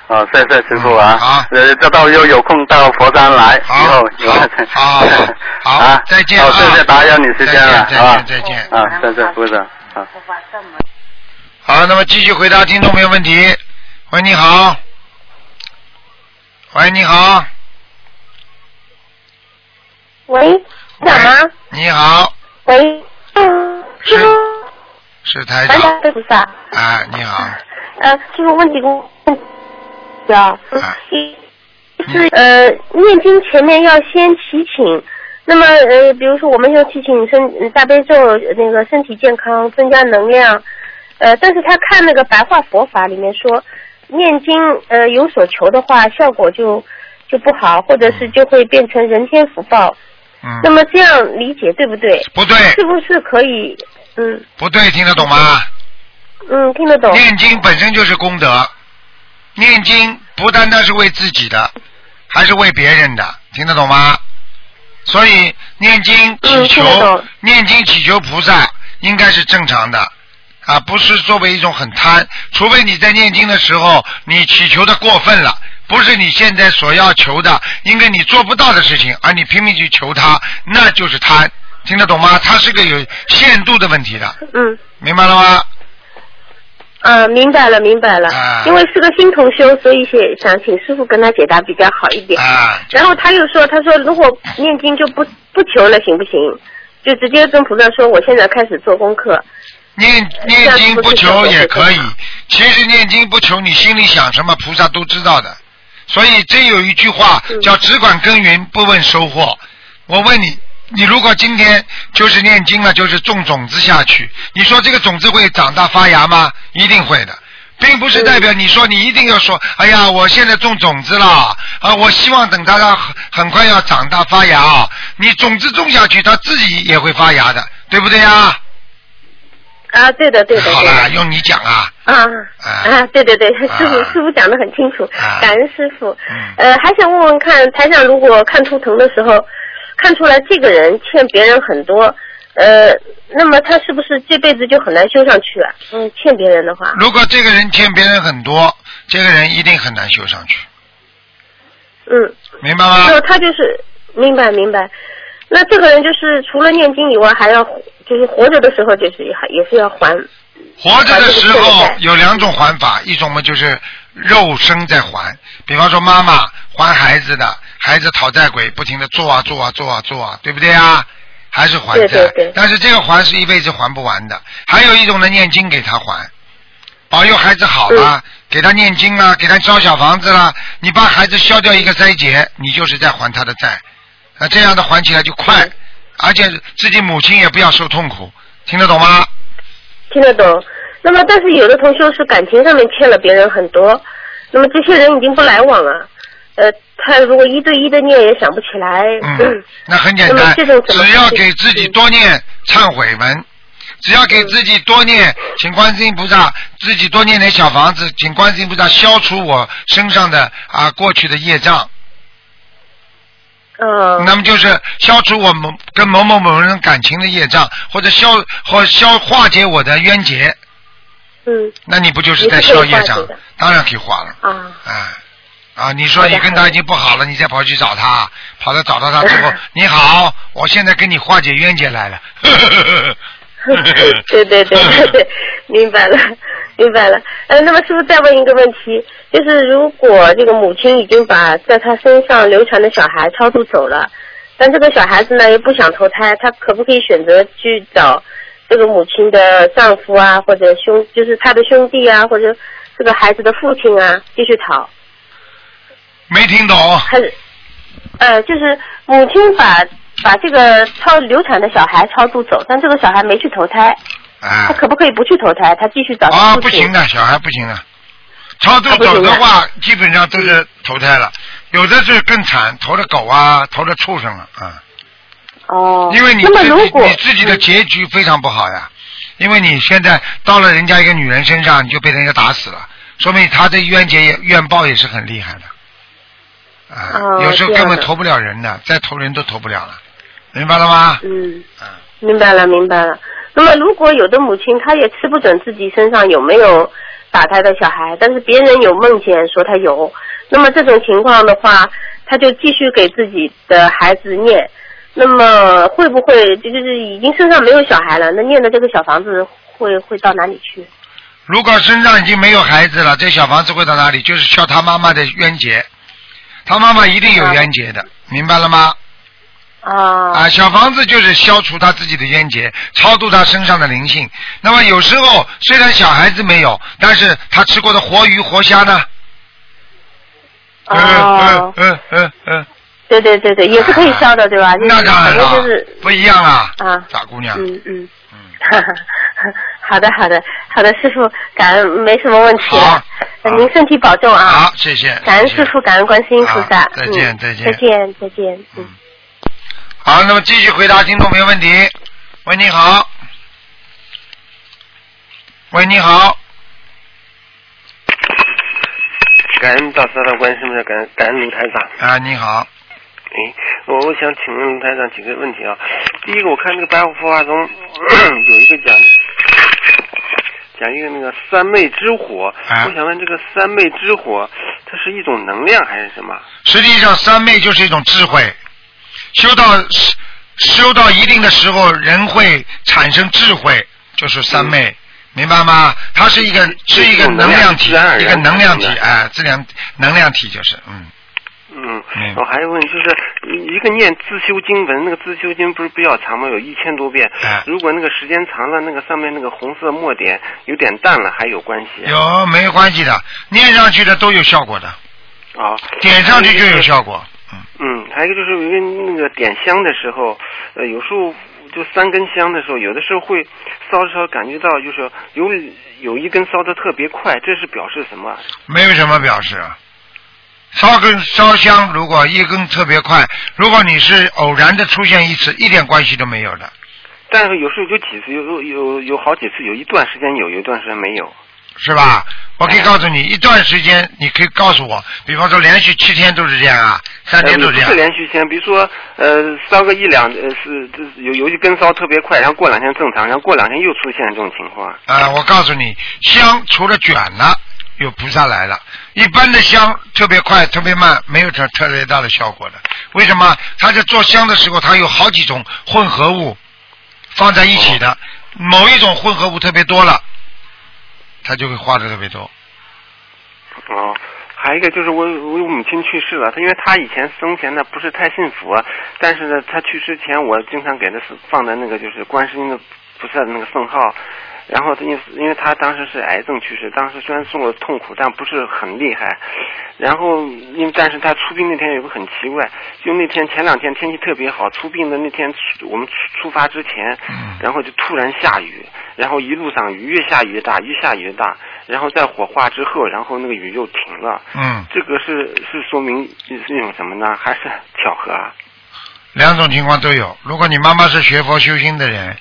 C: 哦，谢谢师傅啊。
A: 嗯好
C: 呃，这到时候有空到佛山来，
A: 好
C: 以后有
A: 好好好好
C: 啊，
A: 再见
C: 好，
A: 啊
C: 谢谢打扰你
A: 再
C: 时间了
A: 见，
C: 啊
A: 再见，再见。
C: 啊，谢谢部长啊。
A: 好，那么继续回答听众朋友问题。喂，你好。喂，你好。
G: 喂，干嘛？
A: 你好，
G: 喂，嗯师
A: 是
G: 傅，
A: 是台
G: 南
A: 长。
G: 大悲菩萨，
A: 啊，你好，
G: 呃，师傅问几个问题啊
A: 啊，
G: 一是呃，念经前面要先祈请，那么呃，比如说我们要祈请身嗯大悲咒，那个身体健康，增加能量，呃，但是他看那个白话佛法里面说，念经呃有所求的话，效果就就不好，或者是就会变成人间福报，那
A: 嗯，
G: 么这样理解对不对？
A: 不对，
G: 是不是可以？嗯
A: 不对，听得懂吗？
G: 嗯，听得懂。
A: 念经本身就是功德，念经不单单是为自己的，还是为别人的，听得懂吗？所以念经祈
G: 嗯
A: 求
G: 听得、懂
A: 念经祈求菩萨应该是正常的，啊，不是作为一种很贪，除非你在念经的时候你祈求的过分了。不是你现在所要求的，应该你做不到的事情，而你拼命去求它，那就是贪，听得懂吗？它是个有限度的问题的，
G: 嗯
A: 明白了吗？
G: 啊，明白了，明白了。
A: 啊
G: 因为是个新同修，所以写想请师傅跟他解答比较好一点。
A: 啊，
G: 然后他又说，他说如果念经就不不求了，行不行？就直接跟菩萨说，我现在开始做功课。
A: 念念经不求也可以，其实念经不求，你心里想什么，菩萨都知道的。所以这有一句话
G: 嗯
A: 叫“只管耕耘，不问收获”。我问你，你如果今天就是念经了，就是种种子下去，你说这个种子会长大发芽吗？一定会的。并不是代表你说你一定要说，哎呀，我现在种种子了啊，我希望等它它很很快要长大发芽啊。你种子种下去，它自己也会发芽的，对不对呀？
G: 啊，对的，对的，
A: 好
G: 对
A: 啦，
G: 的。
A: 用你讲啊。
G: 啊
A: 啊
G: 啊，对对对，师傅、
A: 啊
G: 师傅讲的很清楚，
A: 啊
G: 感恩师傅。
A: 嗯
G: 呃，还想问问看，台长如果看图腾的时候看出来这个人欠别人很多，呃，那么他是不是这辈子就很难修上去啊？嗯，欠别人的话，
A: 如果这个人欠别人很多，这个人一定很难修上去，
G: 嗯，
A: 明白
G: 就
A: 吗？
G: 他就是明白明白。那这个人就是除了念经以外，还要就是活着的时候就是还也是要还，
A: 活着的时
G: 还有这个
A: 候
G: 欠债
A: 有两种还法，一种嘛就是肉身在还，比方说妈妈还孩子的，孩子讨债鬼不停的做啊做啊做啊做啊，对不对啊？还是还债，
G: 对对对
A: 但是这个还是一辈子还不完的。还有一种呢，念经给他还，保佑孩子好啦，
G: 嗯
A: 给他念经啦，给他烧小房子啦，你帮孩子消掉一个灾劫，你就是在还他的债，那这样的还起来就快，
G: 嗯
A: 而且自己母亲也不要受痛苦，听得懂吗？
G: 听得懂。那么但是有的同修是感情上面欠了别人很多，那么这些人已经不来往了，呃，他如果一对一的念也想不起来，
A: 嗯，那很简
G: 那
A: 单
G: 么这嗯种，怎么
A: 只要给自己多念忏悔文，只要
G: 嗯
A: 给自己多念，请观世音菩萨自己多念点小房子，请观世音菩萨消除我身上的啊过去的业障，
G: 嗯，
A: 那么就是消除我某跟某某某人感情的业障，或者消或消化解我的冤结，
G: 嗯
A: 那你不就是
G: 你
A: 在
G: 是
A: 消
G: 可以
A: 业
G: 化解
A: 障
G: 的？
A: 当然可以化了。
G: 啊，
A: 啊啊！你说
G: 好的
A: 你跟
G: 好
A: 他
G: 的
A: 已经不好了，你再跑去找他，跑到找到他之 后，你好，我现在跟你化解冤结来了。
G: 对对对对对，明白了，明白了。呃，那么师傅再问一个问题，就是如果这个母亲已经把在她身上流产的小孩超度走了，但这个小孩子呢又不想投胎，他可不可以选择去找这个母亲的丈夫啊，或者兄，就是他的兄弟啊，或者这个孩子的父亲啊，继续讨？
A: 没听 懂，啊
G: 还是，呃，就是母亲把把这个超流产的小孩超度走，但这个小孩没去投胎。
A: 啊
G: 他可不可以不去投胎？他继续找
A: 啊，
G: 他
A: 不
G: 父亲
A: 行的，小孩不行的，超度
G: 啊不行
A: 走的
G: 的
A: 话，基本上都是投胎了，有的是更惨，投了狗啊，投了畜生了啊，
G: 哦，
A: 因为你
G: 那
A: 自
G: 么如
A: 己
G: 果
A: 你自己的结局非常不好呀，因为你现在到了人家一个女人身上，你就被人家打死了，说明他的冤结也怨报也是很厉害的。啊，
G: 哦
A: 有时候
G: 这样
A: 根本
G: 的
A: 投不了人的，再投人都投不了了，明白了吗？
G: 嗯，
A: 嗯，
G: 明白了明白了。那么如果有的母亲她也吃不准自己身上有没有打胎的小孩，但是别人有梦见说她有，那么这种情况的话，她就继续给自己的孩子念。那么会不会就就是已经身上没有小孩了，那念的这个小房子会会到哪里去？
A: 如果身上已经没有孩子了，这小房子会到哪里？就是消他妈妈的冤结。他妈妈一定有冤结的，明白了吗？
G: 啊
A: 啊，小房子就是消除他自己的冤结，超度他身上的灵性。那么有时候虽然小孩子没有，但是他吃过的活鱼、活虾呢？嗯嗯
G: 哦，
A: 嗯嗯嗯，
G: 对对对对，也是可以烧的，对吧？就是
A: 那当然
G: 反
A: 了
G: 正就是，
A: 不一样啊，
G: 啊
A: 傻姑娘，
G: 嗯嗯，
A: 嗯，
G: 好的好的好的，师傅，感恩没什么问题
A: 好
G: 了，呃您身体保重啊，
A: 好，谢谢，
G: 感恩
A: 谢谢
G: 师傅，感恩观世音菩萨
A: 好，再见
G: 嗯
A: 再见
G: 再见再见，嗯。
A: 好，那么继续回答听众朋友问题。喂，你好。喂，你好。
H: 感恩大慈大观世音菩萨，感恩感恩卢台长。
A: 啊，你好。
H: 哎，我我想请问卢台长几个问题啊。第一个，我看这个白话佛法中 有一个讲讲一个那个三昧之火，
A: 啊
H: 我想问这个三昧之火，它是一种能量还是什么？
A: 实际上，三昧就是一种智慧，修到修到一定的时候，人会产生智慧，就是三昧，
H: 嗯
A: 明白吗？它是一个是一个能量体，
H: 自然而
A: 一
H: 然
A: 个能量体
H: 产，生的
A: 哎，自然能量体就是，嗯，
H: 嗯
A: 嗯，
H: 我还有问，就是一个念自修经文，那个自修经不是比较长吗？有一千多遍
A: 哎。
H: 如果那个时间长了，那个上面那个红色墨点有点淡了，还有关系啊？
A: 有没关系的，念上去的都有效果的，
H: 啊，
A: 点上去就有效果，嗯，
H: 嗯，还有一个就是因为那个点香的时候，呃，有时候就三根香的时候，有的时候会烧着烧着感觉到就是有有一根烧的特别快，这是表示什么？
A: 没有什么表示。烧根烧香，如果一根特别快，如果你是偶然的出现一次，一点关系都没有的。
H: 但是有时候有几次，有有有有好几次，有一段时间有，有一段时间没有。
A: 是吧？我可以告诉你，一段时间你可以告诉我，比方说连续七天都是这样啊，三
H: 呃
A: 天
H: 你
A: 都
H: 不
A: 是这样
H: 是，连续香，比如说呃烧个一两呃是就是有有一根烧特别快，然后过两天正常，然后过两天又出现这种情况。
A: 啊、我告诉你，香除了卷了，有菩萨来了。一般的香特别快、特别慢，没有特特别大的效果的。为什么？他在做香的时候，他有好几种混合物放在一起的，某一种混合物特别多了，它就会化的特别多。
H: 哦，还有一个就是我我我母亲去世了，她因为她以前生前呢不是太信佛，但是呢她去世前我经常给她是放的那个就是观世音的菩萨的那个圣号，然后她因为因为她当时是癌症去世，当时虽然受了痛苦，但不是很厉害。
D: 嗯
H: 然后因为但是她出殡那天有个很奇怪，就那天前两天天气特别好，出殡的那天出我们出出发之前，然后就突然下雨，然后一路上雨越下雨越大，越下雨越大，然后在火化之后，然后那个雨又停了。
A: 嗯，
H: 这个是是说明是一种什么呢？还是巧合啊？
A: 两种情况都有。如果你妈妈是学佛修心的人，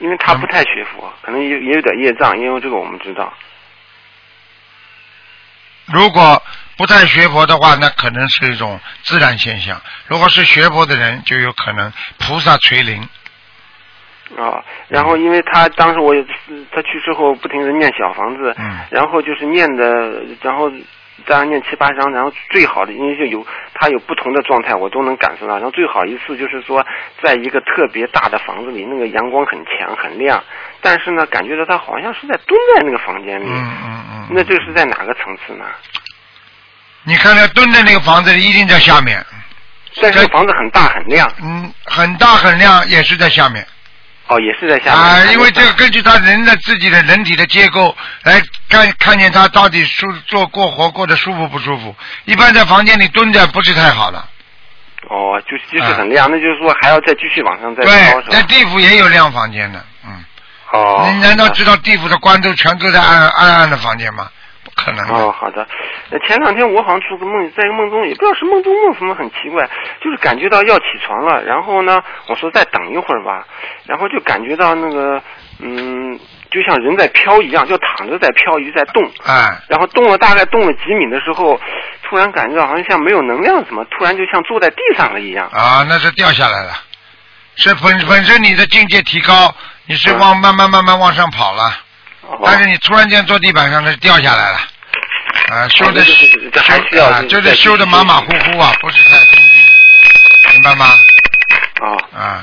H: 因为他不太学佛，可能也也有点业障，因为这个我们知道。
A: 如果不太学佛的话，那可能是一种自然现象；如果是学佛的人，就有可能菩萨垂怜。
H: 啊，然后因为他当时我也是他去世后不停的念小房子，
A: 嗯
H: 然后就是念的，然后当然念七八章，然后最好的因为就有他有不同的状态，我都能感受到。然后最好一次就是说，在一个特别大的房子里，那个阳光很强很亮，但是呢，感觉到他好像是在蹲在那个房间里。
A: 嗯嗯嗯。
H: 那这是在哪个层次呢？
A: 你看他蹲在那个房子里，一定在下面。
H: 但是房子很大很亮，
A: 嗯，很大很亮，也是在下面
H: 哦，也是在下面。
A: 啊、
H: 还是
A: 因为这个
H: 在
A: 根据他人的自己的人体的结构来看，看见他到底舒做过活过得舒服不舒服。一般在房间里蹲着不是太好了。
H: 哦，就是即使很亮，那就是说还要再继续往上再高
A: 啊对
H: 是，
A: 在
H: 吧？
A: 地府也有亮房间的，嗯。
H: 哦，
A: 你难道
H: 好的
A: 知道地府的官都全都在暗暗暗的房间吗？不可能的。
H: 哦，好的。呃前两天我好像做个梦，在一个梦中，也不知道是梦中梦什么，很奇怪，就是感觉到要起床了。然后呢，我说再等一会儿吧，然后就感觉到那个，嗯，就像人在飘一样，就躺着在飘，一直在动。
A: 哎，
H: 然后动了大概动了几米的时候，突然感觉到好像像没有能量什么，突然就像坐在地上了一样。
A: 啊，那是掉下来了，是
H: 嗯
A: 本本身你的境界提高，你是往慢慢慢慢往上跑了，
H: 哦
A: 但是你突然间坐地板上，那是掉下来了，啊，修的
H: 这哦就是这还需要
A: 啊
H: 就是
A: 就是
H: 再
A: 修的
H: 继续
A: 马马虎虎啊，不是太精进，明白吗？
H: 哦，
A: 啊，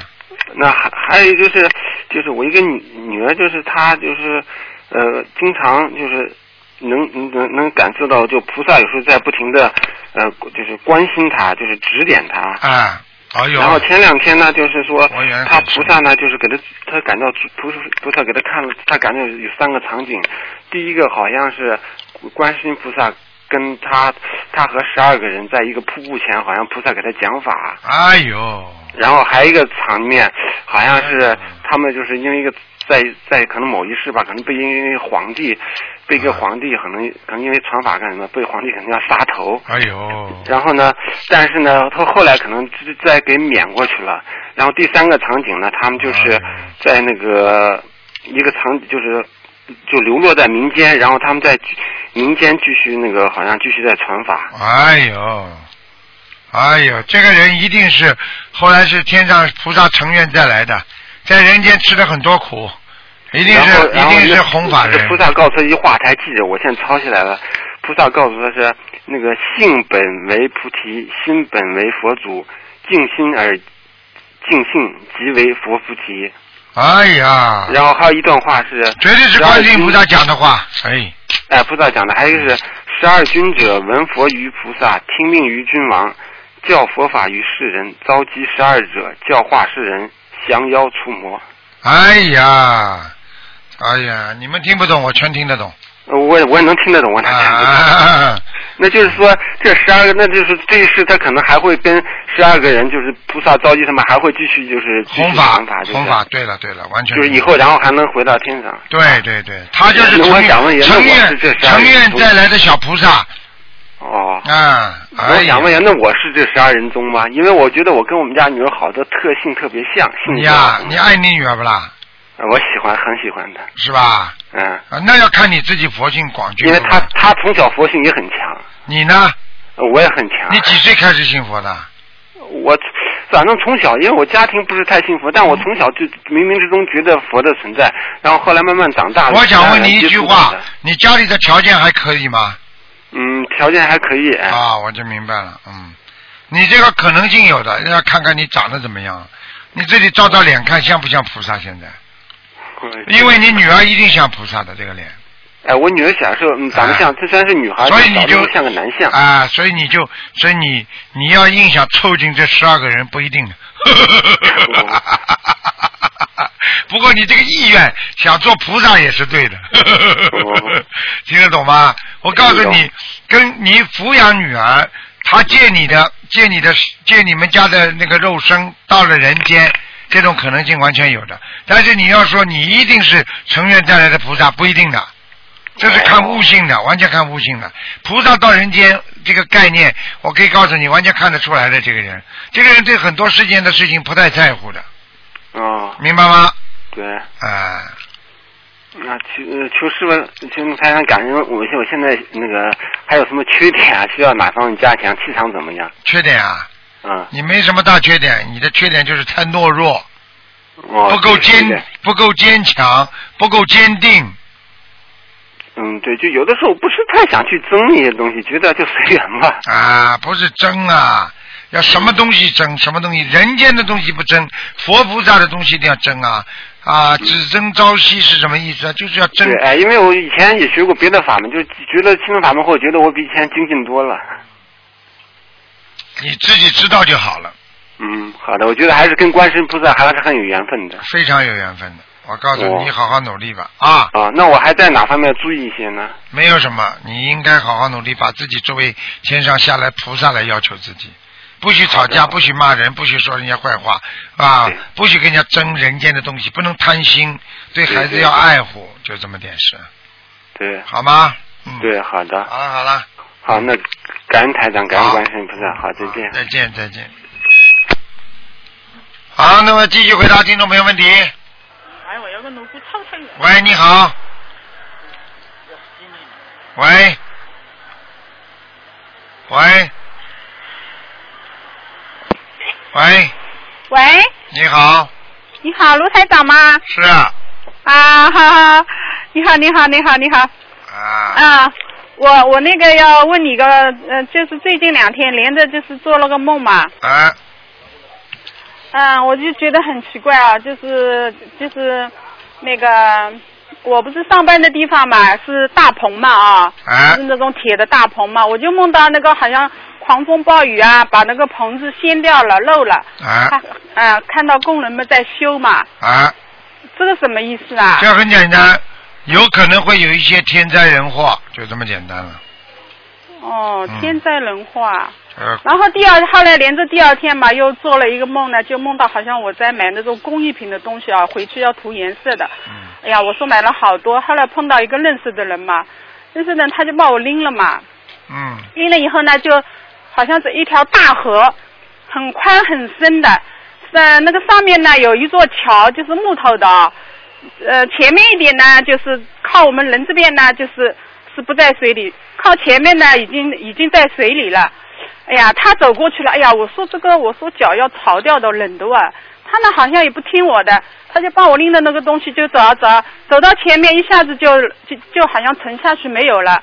H: 那还还有就是，就是我一个女女儿，就是她就是，呃，经常就是能能能感受到，就菩萨有时候在不停的呃，就是关心他，就是指点他。
A: 啊，哎呦，
H: 嗯然后前两天呢，就是说
A: 我原来
H: 他
A: 很
H: 菩萨呢，就是给他他感到菩萨菩萨给他看了，他感到有三个场景，第一个好像是观世音菩萨跟他他和十二个人在一个瀑布前，好像菩萨给他讲法，
A: 哎呦，
H: 然后还有一个场面，好像是他们就是因为一个在在可能某一世吧，可能被因为皇帝被一个皇帝可能可能因为传法干什么，被皇帝可能要杀头，
A: 哎呦，
H: 然后呢，但是呢，他后来可能就再给免过去了。然后第三个场景呢，他们就是在那个一个场景就是。就流落在民间，然后他们在继民间继续那个，好像继续在传法。
A: 哎呦，哎呦，这个人一定是后来是天上菩萨成愿再来的，在人间吃了很多苦，一定
H: 然后
A: 是一
H: 然后
A: 定
H: 那
A: 是弘法
H: 那
A: 人
H: 菩萨告诉他一句话，他还记着，我现在抄起来了。菩萨告诉他是那个性本为菩提，心本为佛祖，静心而静性即为佛菩提。
A: 哎呀，
H: 然后还有一段话是，
A: 绝对是观世音菩萨讲的话，哎，
H: 哎，菩萨讲的，还有一个是十二君者闻佛于菩萨，听命于君王，教佛法于世人，召集十二者，教化世人，降妖除魔。
A: 哎呀，哎呀，你们听不懂，我全听得懂。
H: 呃我也我也能听得懂，我
A: 啊
H: 能听得懂。
A: 啊
H: 那就是说，这十二个，那就是这一世，他可能还会跟十二个人，就是菩萨召集他们，还会继续就是继续
A: 弘法
H: 弘法，啊就是
A: 弘法，对了对了，完全
H: 就是以后，然后还能回到天上。
A: 对对对，他就是
H: 那我
A: 成
H: 想问一
A: 愿
H: 下那
A: 成
H: 我是
A: 愿
H: 这十二
A: 成
H: 人
A: 愿
H: 中
A: 再来的小菩萨
H: 哦，
A: 啊，哎
H: 我
A: 呀
H: 想问一下，那我是这十二人中吗？因为我觉得我跟我们家女儿好多特性特别像，性
A: 你
H: 格
A: 哎呀，你爱你女儿不啦？
H: 呃我喜欢，很喜欢她，
A: 是吧？
H: 嗯，
A: 啊，那要看你自己佛性广
H: 因
A: 进
H: 为
A: 入。
H: 她她从小佛性也很强，
A: 你呢？
H: 呃我也很强。
A: 你几岁开始信佛
H: 啊
A: 的？
H: 我反正从小，因为我家庭不是太幸福，但
A: 嗯
H: 我从小就冥冥之中觉得佛的存在，然后后来慢慢长大。
A: 我想问你一句话
H: 接触佛的，
A: 你家里的条件还可以吗？
H: 嗯，条件还可以。啊、
A: 啊，我就明白了，嗯，你这个可能性有的，要看看你长得怎么样，你自己照照脸看像不像菩萨现在？因为你女儿一定像菩萨的这个脸，
H: 哎，我女儿小时候嗯长得像，她虽然是女孩，
A: 啊所以你
H: 但
A: 就
H: 长得像个男相。
A: 啊，所以你就，所以你你要硬想凑近这十二个人不一定的。 不过你这个意愿想做菩萨也是对的， 听得懂吗？我告诉
H: 听
A: 你，跟你抚养女儿，她借你的借你的借你们家的那个肉身到了人间，这种可能性完全有的。但是你要说你一定是成愿带来的菩萨，不一定的。这是看悟性的，完全看悟性的。菩萨到人间这个概念，我可以告诉你，完全看得出来的。这个人，这个人对很多世间的事情不太在乎的，
H: 哦，
A: 明白吗？
H: 对。
A: 啊、
H: 那求呃求师傅，求台上感恩我现我现在那个还有什么缺点啊？需要哪方面加强？气场怎么样？
A: 缺点啊，
H: 嗯，
A: 你没什么大缺点，你的缺点就是太懦弱，
H: 哦，
A: 不够
H: 对对对
A: 坚，不够坚强，不够坚定。
H: 嗯，对，就有的时候不是太想去争那些东西，觉得就随缘吧。
A: 啊，不是争啊，要什么东西争，什么东西，人间的东西不争，佛菩萨的东西一定要争啊啊！只争朝夕是什么意思啊？就是要争
H: 对，哎，因为我以前也学过别的法门，就觉得心灵法门后，觉得我比以前精进多了。
A: 你自己知道就好了，
H: 嗯，好的，我觉得还是跟观世音菩萨还是很有缘分的。
A: 非常有缘分的。我告诉
H: 哦
A: 你，你好好努力吧啊！
H: 啊，那我还在哪方面注意一些呢？
A: 没有什么，你应该好好努力，把自己作为天上下来菩萨来要求自己，不许吵架，
H: 好的
A: 不许骂人，不许说人家坏话啊
H: 对，
A: 不许跟人家争人间的东西，不能贪心，对
H: 对
A: 孩子
H: 对
A: 要
H: 对
A: 爱护，就这么点事，
H: 对，
A: 好吗？嗯，
H: 对，好的，
A: 好了好了，
H: 好，那感恩台长，感恩
A: 好
H: 观世音菩萨，好，再见。
A: 再见再见。好，那么继续回答听众朋友问题。
I: 哎，我要个农夫臭太阳。
A: 喂，你好。喂。喂。喂，
I: 喂，
A: 你好，
I: 你好，卢台长吗？
A: 是啊，
I: 啊，好好，你好，你好，你好，你好。
A: 啊，
I: 啊，我我那个要问你个，呃，就是最近两天连着就是做了个梦嘛，
A: 啊，
I: 啊嗯、我就觉得很奇怪啊，就是就是那个我不是上班的地方嘛，是大棚嘛啊，
A: 啊
I: 是那种铁的大棚嘛，我就梦到那个好像狂风暴雨啊，把那个棚子掀掉了、漏了，
A: 啊
I: 看啊，看到工人们在修嘛，
A: 啊！
I: 这个什么意思啊？
A: 这很简单，有可能会有一些天灾人祸，就这么简单了。
I: 哦，
A: 嗯
I: 天灾人祸啊。
A: 呃，
I: 然后第二后来连着第二天嘛，又做了一个梦呢，就梦到好像我在买那种工艺品的东西啊，回去要涂颜色的。
A: 嗯
I: 哎呀，我说买了好多，后来碰到一个认识的人嘛，认识的人他就把我拎了嘛，
A: 嗯
I: 拎了以后呢，就好像是一条大河，很宽很深的，呃，那个上面呢有一座桥，就是木头的啊、呃，前面一点呢就是靠我们人这边呢就是是不在水里，靠前面呢已经已经在水里了。哎呀，他走过去了，哎呀，我说这个，我说脚要潮掉的，冷的哇。他呢好像也不听我的，他就把我拎的那个东西就走啊走啊，走到前面一下子就就就好像沉下去没有了。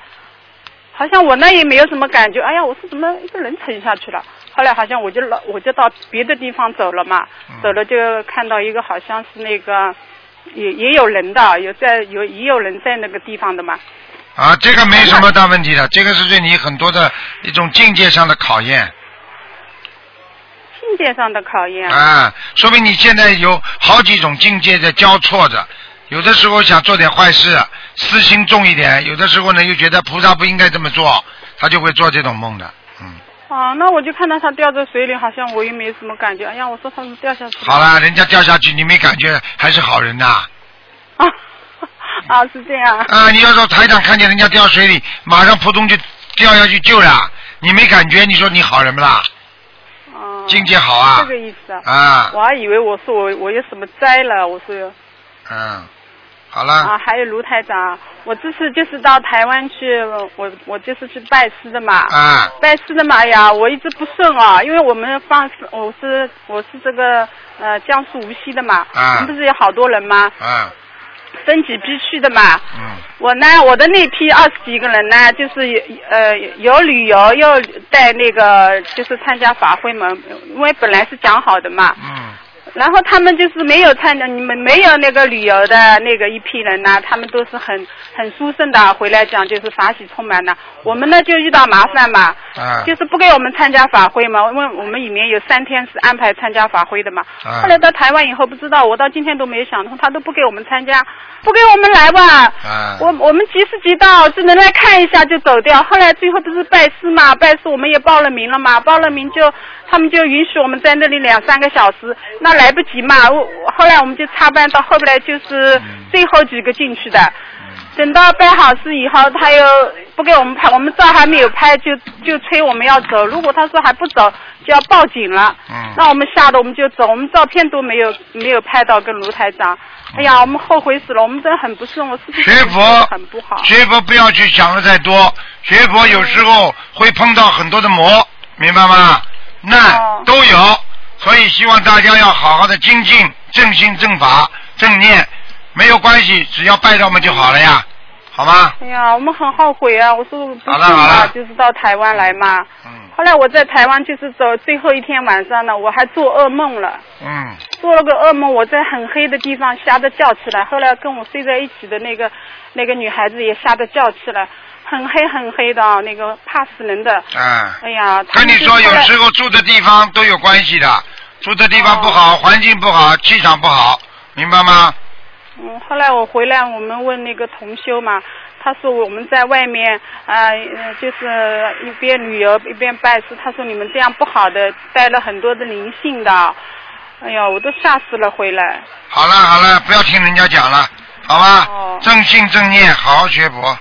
I: 好像我那也没有什么感觉，哎呀，我是怎么一个人沉下去了？后来好像我就老我就到别的地方走了嘛，
A: 嗯
I: 走了就看到一个好像是那个也也有人的，有在有也有人在那个地方的嘛。
A: 啊，这个没什么大问题的，这个是对你很多的一种境界上的考验
I: 境界上的考验，
A: 啊，说明你现在有好几种境界在交错着。有的时候想做点坏事，私心重一点；有的时候呢，又觉得菩萨不应该这么做，他就会做这种梦的。
I: 啊，那我就看到他掉在水里，好像我也没什么感觉。哎呀，我说他是掉下去了。
A: 好啦，人家掉下去你没感觉，还是好人呐。
I: 啊，是这样。
A: 嗯啊，你要说台长看见人家掉水里，马上扑通就掉下去救了，你没感觉，你说你好人不啦？
I: 哦
A: 境界好啊
I: 这，个意思啊。
A: 啊
I: 我还以为我说我我有什么灾了，我说有。
A: 嗯，好了，
I: 啊，还有卢台长，我这次就是到台湾去，我我就是去拜师的嘛。
A: 啊
I: 拜师的嘛哎呀，我一直不顺啊，因为我们放我是我是这个呃江苏无锡的嘛，
D: 啊
I: 我们不是有好多人吗？
A: 嗯
I: 分几批去的嘛。
A: 嗯。
I: 我呢，我的那批二十几个人呢，就是有呃有旅游，又带那个就是参加法会嘛，因为本来是讲好的嘛。
A: 嗯。
I: 然后他们就是没有参加，你们没有那个旅游的那个一批人呐、他们都是很很殊胜的，回来讲就是法喜充满的。我们呢就遇到麻烦嘛，
A: 啊
I: 就是不给我们参加法会嘛，因为我们里面有三天是安排参加法会的嘛。
A: 啊
E: 嗯
I: 后来到台湾以后，不知道我到今天都没想通，他都不给我们参加，不给我们来吧。
A: 啊
I: 我我们急是急到，只能来看一下就走掉。后来最后不是拜师嘛，拜师我们也报了名了嘛，报了名就他们就允许我们在那里两三个小时，那来不及嘛。我我后来我们就插班到后来就是最后几个进去的。等到办好事以后，他又不给我们拍，我们照还没有拍就就催我们要走。如果他说还不走，就要报警了。
A: 嗯
I: 那我们吓得我们就走，我们照片都没有没有拍到跟卢台长。哎呀，我们后悔死了，我们真的很不顺，我是不是
A: 嗯学佛
I: 很不好？
A: 学佛不要去想的太多，学佛有时候会碰到很多的魔，明白吗？
I: 哦
A: 难都有，所以希望大家要好好的精进正心正法正念，没有关系，只要拜到我们就好了呀，好吗？
I: 哎呀，我们很后悔啊！我说不去
A: 好了好
I: 嘛
A: 了，嗯
I: 就是到台湾来嘛。后来我在台湾就是走最后一天晚上呢，我还做噩梦了。
A: 嗯
I: 做了个噩梦，我在很黑的地方吓得叫起来。后来跟我睡在一起的那个那个女孩子也吓得叫起来，很黑很黑的啊，那个怕死人的。
A: 啊。
I: 哎呀，他
A: 跟
I: 们
A: 你
I: 就
A: 说，
I: 后
A: 有
I: 来
A: 时候住的地方都有关系的，住的地方不好，环境不好，气场不好，明白吗？
I: 嗯，后来我回来，我们问那个同修嘛，他说我们在外面啊、呃，就是一边旅游一边拜师，他说你们这样不好的，带了很多的灵性的，哎呀，我都吓死了回来。
A: 好了好了，不要听人家讲了，好吧？
I: 哦
A: 正信正念，好好学佛。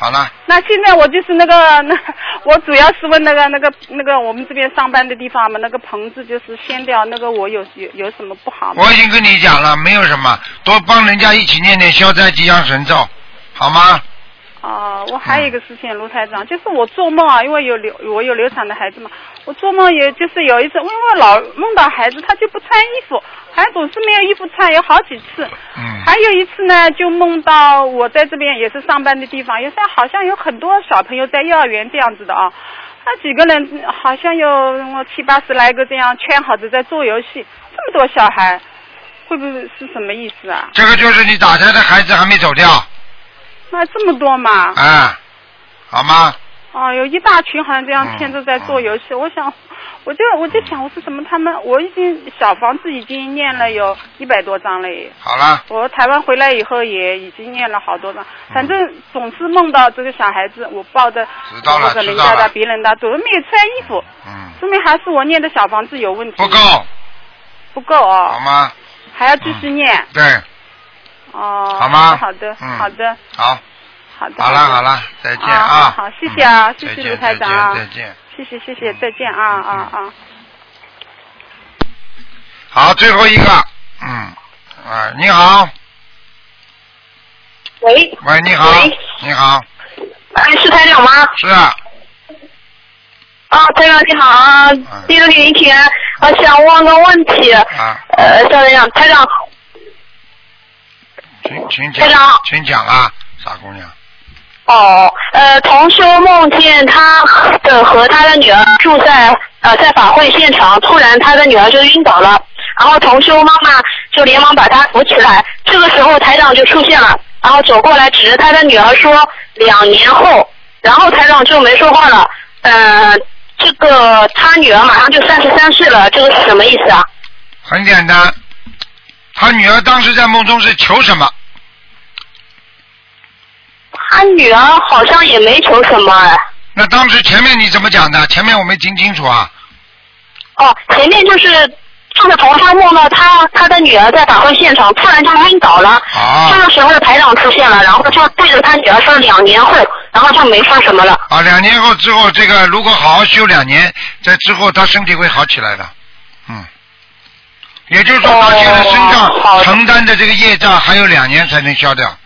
A: 好了，
I: 那现在我就是那个， 那我主要是问那个那个那个我们这边上班的地方嘛，那个棚子就是掀掉，那个我有有有什么不好吗？
A: 我已经跟你讲了，没有什么，多帮人家一起念念消灾吉祥神咒，好吗？
I: 啊、我还有一个事情，卢台长，就是我做梦啊，因为有流我有流产的孩子嘛，我做梦也就是有一次，因为我老梦到孩子他就不穿衣服，还总是没有衣服穿，有好几次。
A: 嗯。
I: 还有一次呢，就梦到我在这边也是上班的地方，也是好像有很多小朋友在幼儿园这样子的啊，那几个人好像有嗯七八十来个这样圈好的在做游戏，这么多小孩。会不会是什么意思啊？
A: 这个就是你打胎的孩子还没走掉
I: 那这么多嘛？
A: 啊，好吗？
I: 哦，有一大群好像这
A: 哦
I: 样天都在做游戏，我想，我就我就想，我是什么？他们我已经小房子已经念了有一百多张了也。
A: 好了，
I: 我台湾回来以后也已经念了好多张，
A: 哦
I: 反正总是梦到这个小孩子，我抱着
A: 知道了
I: 或者人
A: 知道
I: 家
A: 了
I: 的别人的，总是没有穿衣服，
A: 嗯，
I: 说明还是我念的小房子有问题。
A: 不够，
I: 不够哦
A: 好，吗？
I: 还要继续念
A: 对，
I: 哦。
A: 好吗
I: 好的，
A: 嗯
I: 好的，
A: 好，
I: 好的。
A: 好了好了，再见
I: 啊
A: 啊！
I: 好好谢谢啊
A: 嗯
I: 谢谢
A: 再
I: 卢
A: 见
I: 台长啊
A: 再见再见。嗯
I: 谢谢谢谢，再见啊啊啊！
A: 好，最后一个，嗯，啊，你好，
D: 喂，
A: 喂，你好，
D: 喂
A: 你好，
D: 哎，是台长吗？
A: 是啊，
D: 啊，台长你好啊，弟子给您请安。我想问个问题，
A: 啊，
D: 呃，稍等一下，台长，
A: 请请讲
D: 台长，
A: 请讲啊，傻姑娘，
D: 哦，呃，同修梦见他的和他的女儿住在呃在法会现场，突然他的女儿就晕倒了，然后同修妈妈就连忙把她扶起来，这个时候台长就出现了，然后走过来指着他的女儿说两年后，然后台长就没说话了，呃，这个他女儿马上就三十三岁了，这个是什么意思啊？
A: 很简单，他女儿当时在梦中是求什么？
D: 他女儿好像也没求什么哎。
A: 那当时前面你怎么讲的？前面我没听清楚啊，
D: 哦，前面就是就是同他梦到他他的女儿在法会现场突然就晕倒了，
A: 啊
D: 这个时候台长出现了，然后就对着他女儿说两年后，然后就没说什么了。
A: 啊，两年后之后，这个如果好好修两年，在之后他身体会好起来的，嗯，也就是说他现在身
D: 哦好
A: 上
D: 的
A: 承担的这个业障还有两年才能消掉，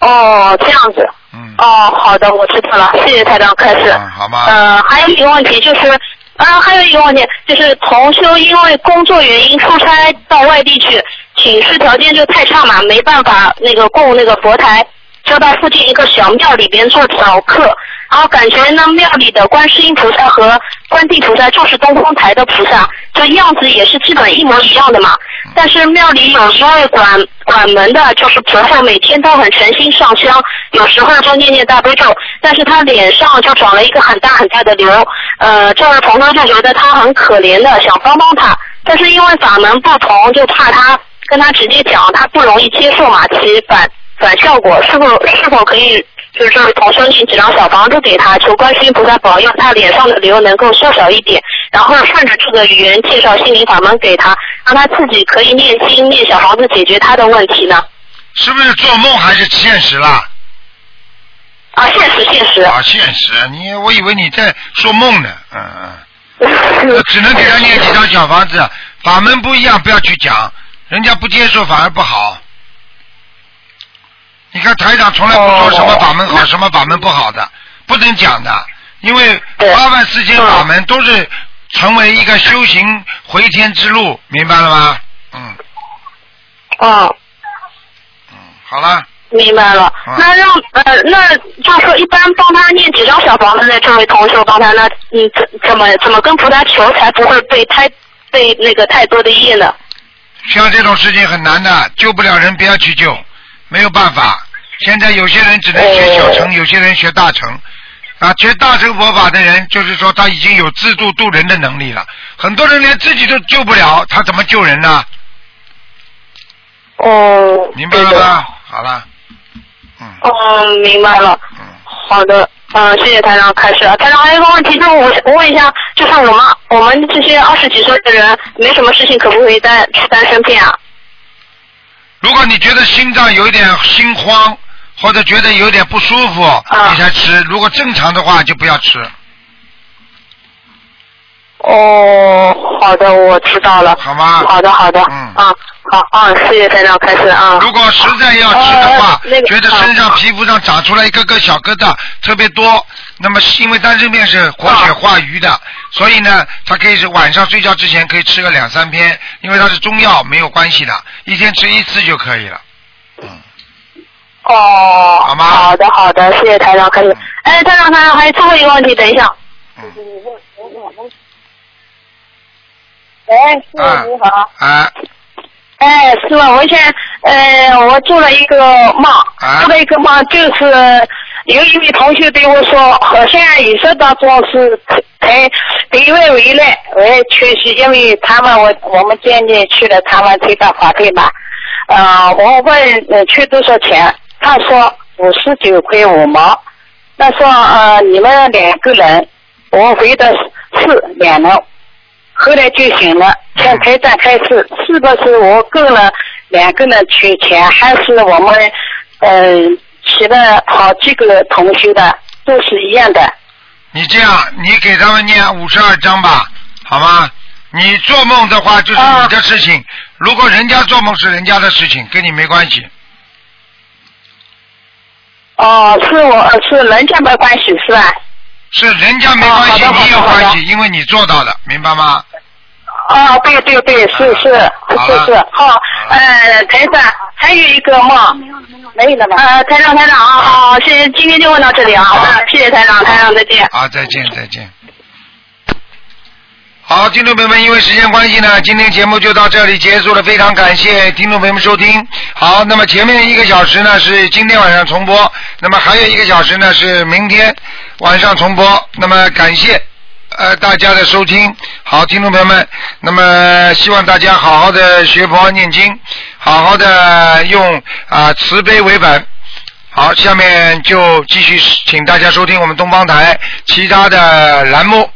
D: 哦，这样子。
A: 嗯。
D: 哦，好的，我知道了，谢谢台长，开始。
A: 嗯，好吗？
D: 呃，还有一个问题就是，啊，还有一个问题就是，同修因为工作原因出差到外地去，寝室条件就太差嘛，没办法那个供那个佛台，就到附近一个小庙里边做早课，然后感觉呢庙里的观世音菩萨和观地菩萨就是东方台的菩萨，这样子也是基本一模一样的嘛。但是庙里有一位管管门的，就是婆婆，每天都很诚心上香，有时候就念念大悲咒， 但是她脸上就长了一个很大很大的瘤。呃，这位同修就觉得她很可怜的，想帮帮她，但是因为法门不同，就怕她跟她直接讲，她不容易接受嘛，起反反效果。是否是否可以就是这位同修念几张小房子给她，求观世音菩萨保佑她脸上的瘤能够缩小一点，然后顺着这个语言介绍心灵法门给她，让她自己可以念经念小房子解决她的问题呢？
A: 是不是做梦还是现实啦？
D: 啊，现实现实。
A: 啊，现实，你我以为你在说梦呢，嗯嗯，我
D: 我
A: 只能给他念几张小房子，法门不一样，不要去讲，人家不接受反而不好。你看台长从来不说什么法门
D: 哦
A: 好，什么法门不好的，不能讲的，因为
D: 对
A: 八万四千法门都是成为一个修行回天之路，明白了吗？嗯
D: 哦，
A: 嗯，好了，
D: 明白了。
A: 嗯
D: 那让呃，那就是说一般帮他念几张小房子的这位同学帮他那嗯怎怎么怎么跟菩萨求才不会被太被那个太多的业呢？
A: 像这种事情很难的，救不了人不要去救，没有办法。现在有些人只能学小
D: 哦
A: 乘，有些人学大乘。啊，学大乘佛法的人，就是说他已经有自度度人的能力了。很多人连自己都救不了，他怎么救人呢？
D: 哦，
A: 明白了
D: 对的？
A: 吗？好了，嗯
D: 嗯，明白了。
A: 嗯，
D: 好的，嗯，谢谢台长，开始了。台长还有一个问题，就是我想问一下，就是我们我们这些二十几岁的人，没什么事情，可不可以单吃丹参片啊？
A: 如果你觉得心脏有一点心慌，或者觉得有点不舒服，
D: 啊
A: 你才吃。如果正常的话，就不要吃。
D: 哦，好的，我知道了。
A: 好吗
D: 好的，好的。
A: 嗯
D: 啊，好啊，谢谢台长，开始啊。
A: 如果实在要吃的话，
D: 呃那个
A: 啊觉得身上皮肤上长出来一个个小疙瘩特别多，那么是因为丹参片是活
D: 啊
A: 血化瘀的，所以呢，它可以是晚上睡觉之前可以吃个两三片，因为它是中药，没有关系的，一天吃一次就可以了。嗯，
D: 哦，
A: 好吗
D: 好的，好的，谢谢台长，开始。哎，台长，台长，还有最后一个问题，等一下。
A: 嗯
D: 哎，哎，师傅你好。
A: 啊
D: 哎，师傅，我想，呃，我做了一个梦，
A: 啊
D: 做了一个梦，就是有一位同学对我说，好像意识当中是才对外回来，我缺席，因为他们我我们今年去了他们这个法会嘛，呃，我问呃缺多少钱，他说五十九块五毛，那说呃你们两个人，我回的是是两人，后来就醒了，向台长开始，是不是我跟了两个人缺钱，还是我们嗯、呃、起了好几个同学的，都是一样的？
A: 你这样，你给他们念五十二章吧，好吗？你做梦的话就是你的事
D: 啊
A: 情，如果人家做梦是人家的事情，跟你没关系。
D: 哦，是我是人家没关系是吧？
A: 是人家没关系，
D: 哦好的
A: 你有
D: 好的
A: 关
D: 好的
A: 系，因为你做到的，明白吗？
D: 哦，对对对，是是
A: 好
D: 是
A: 了
D: 是，哦，呃，台长，还有一个梦，没了吧？呃，台长台长啊，好，谢谢，今天就问到这里啊，好的，谢谢台长，台长再见。
A: 好，啊再见，再见。好，听众朋友们，因为时间关系呢，今天节目就到这里结束了。非常感谢听众朋友们收听。好，那么前面一个小时呢是今天晚上重播，那么还有一个小时呢是明天晚上重播。那么感谢呃大家的收听。好，听众朋友们，那么希望大家好好的学佛念经，好好的用啊、慈悲为本。好，下面就继续请大家收听我们东方台其他的栏目。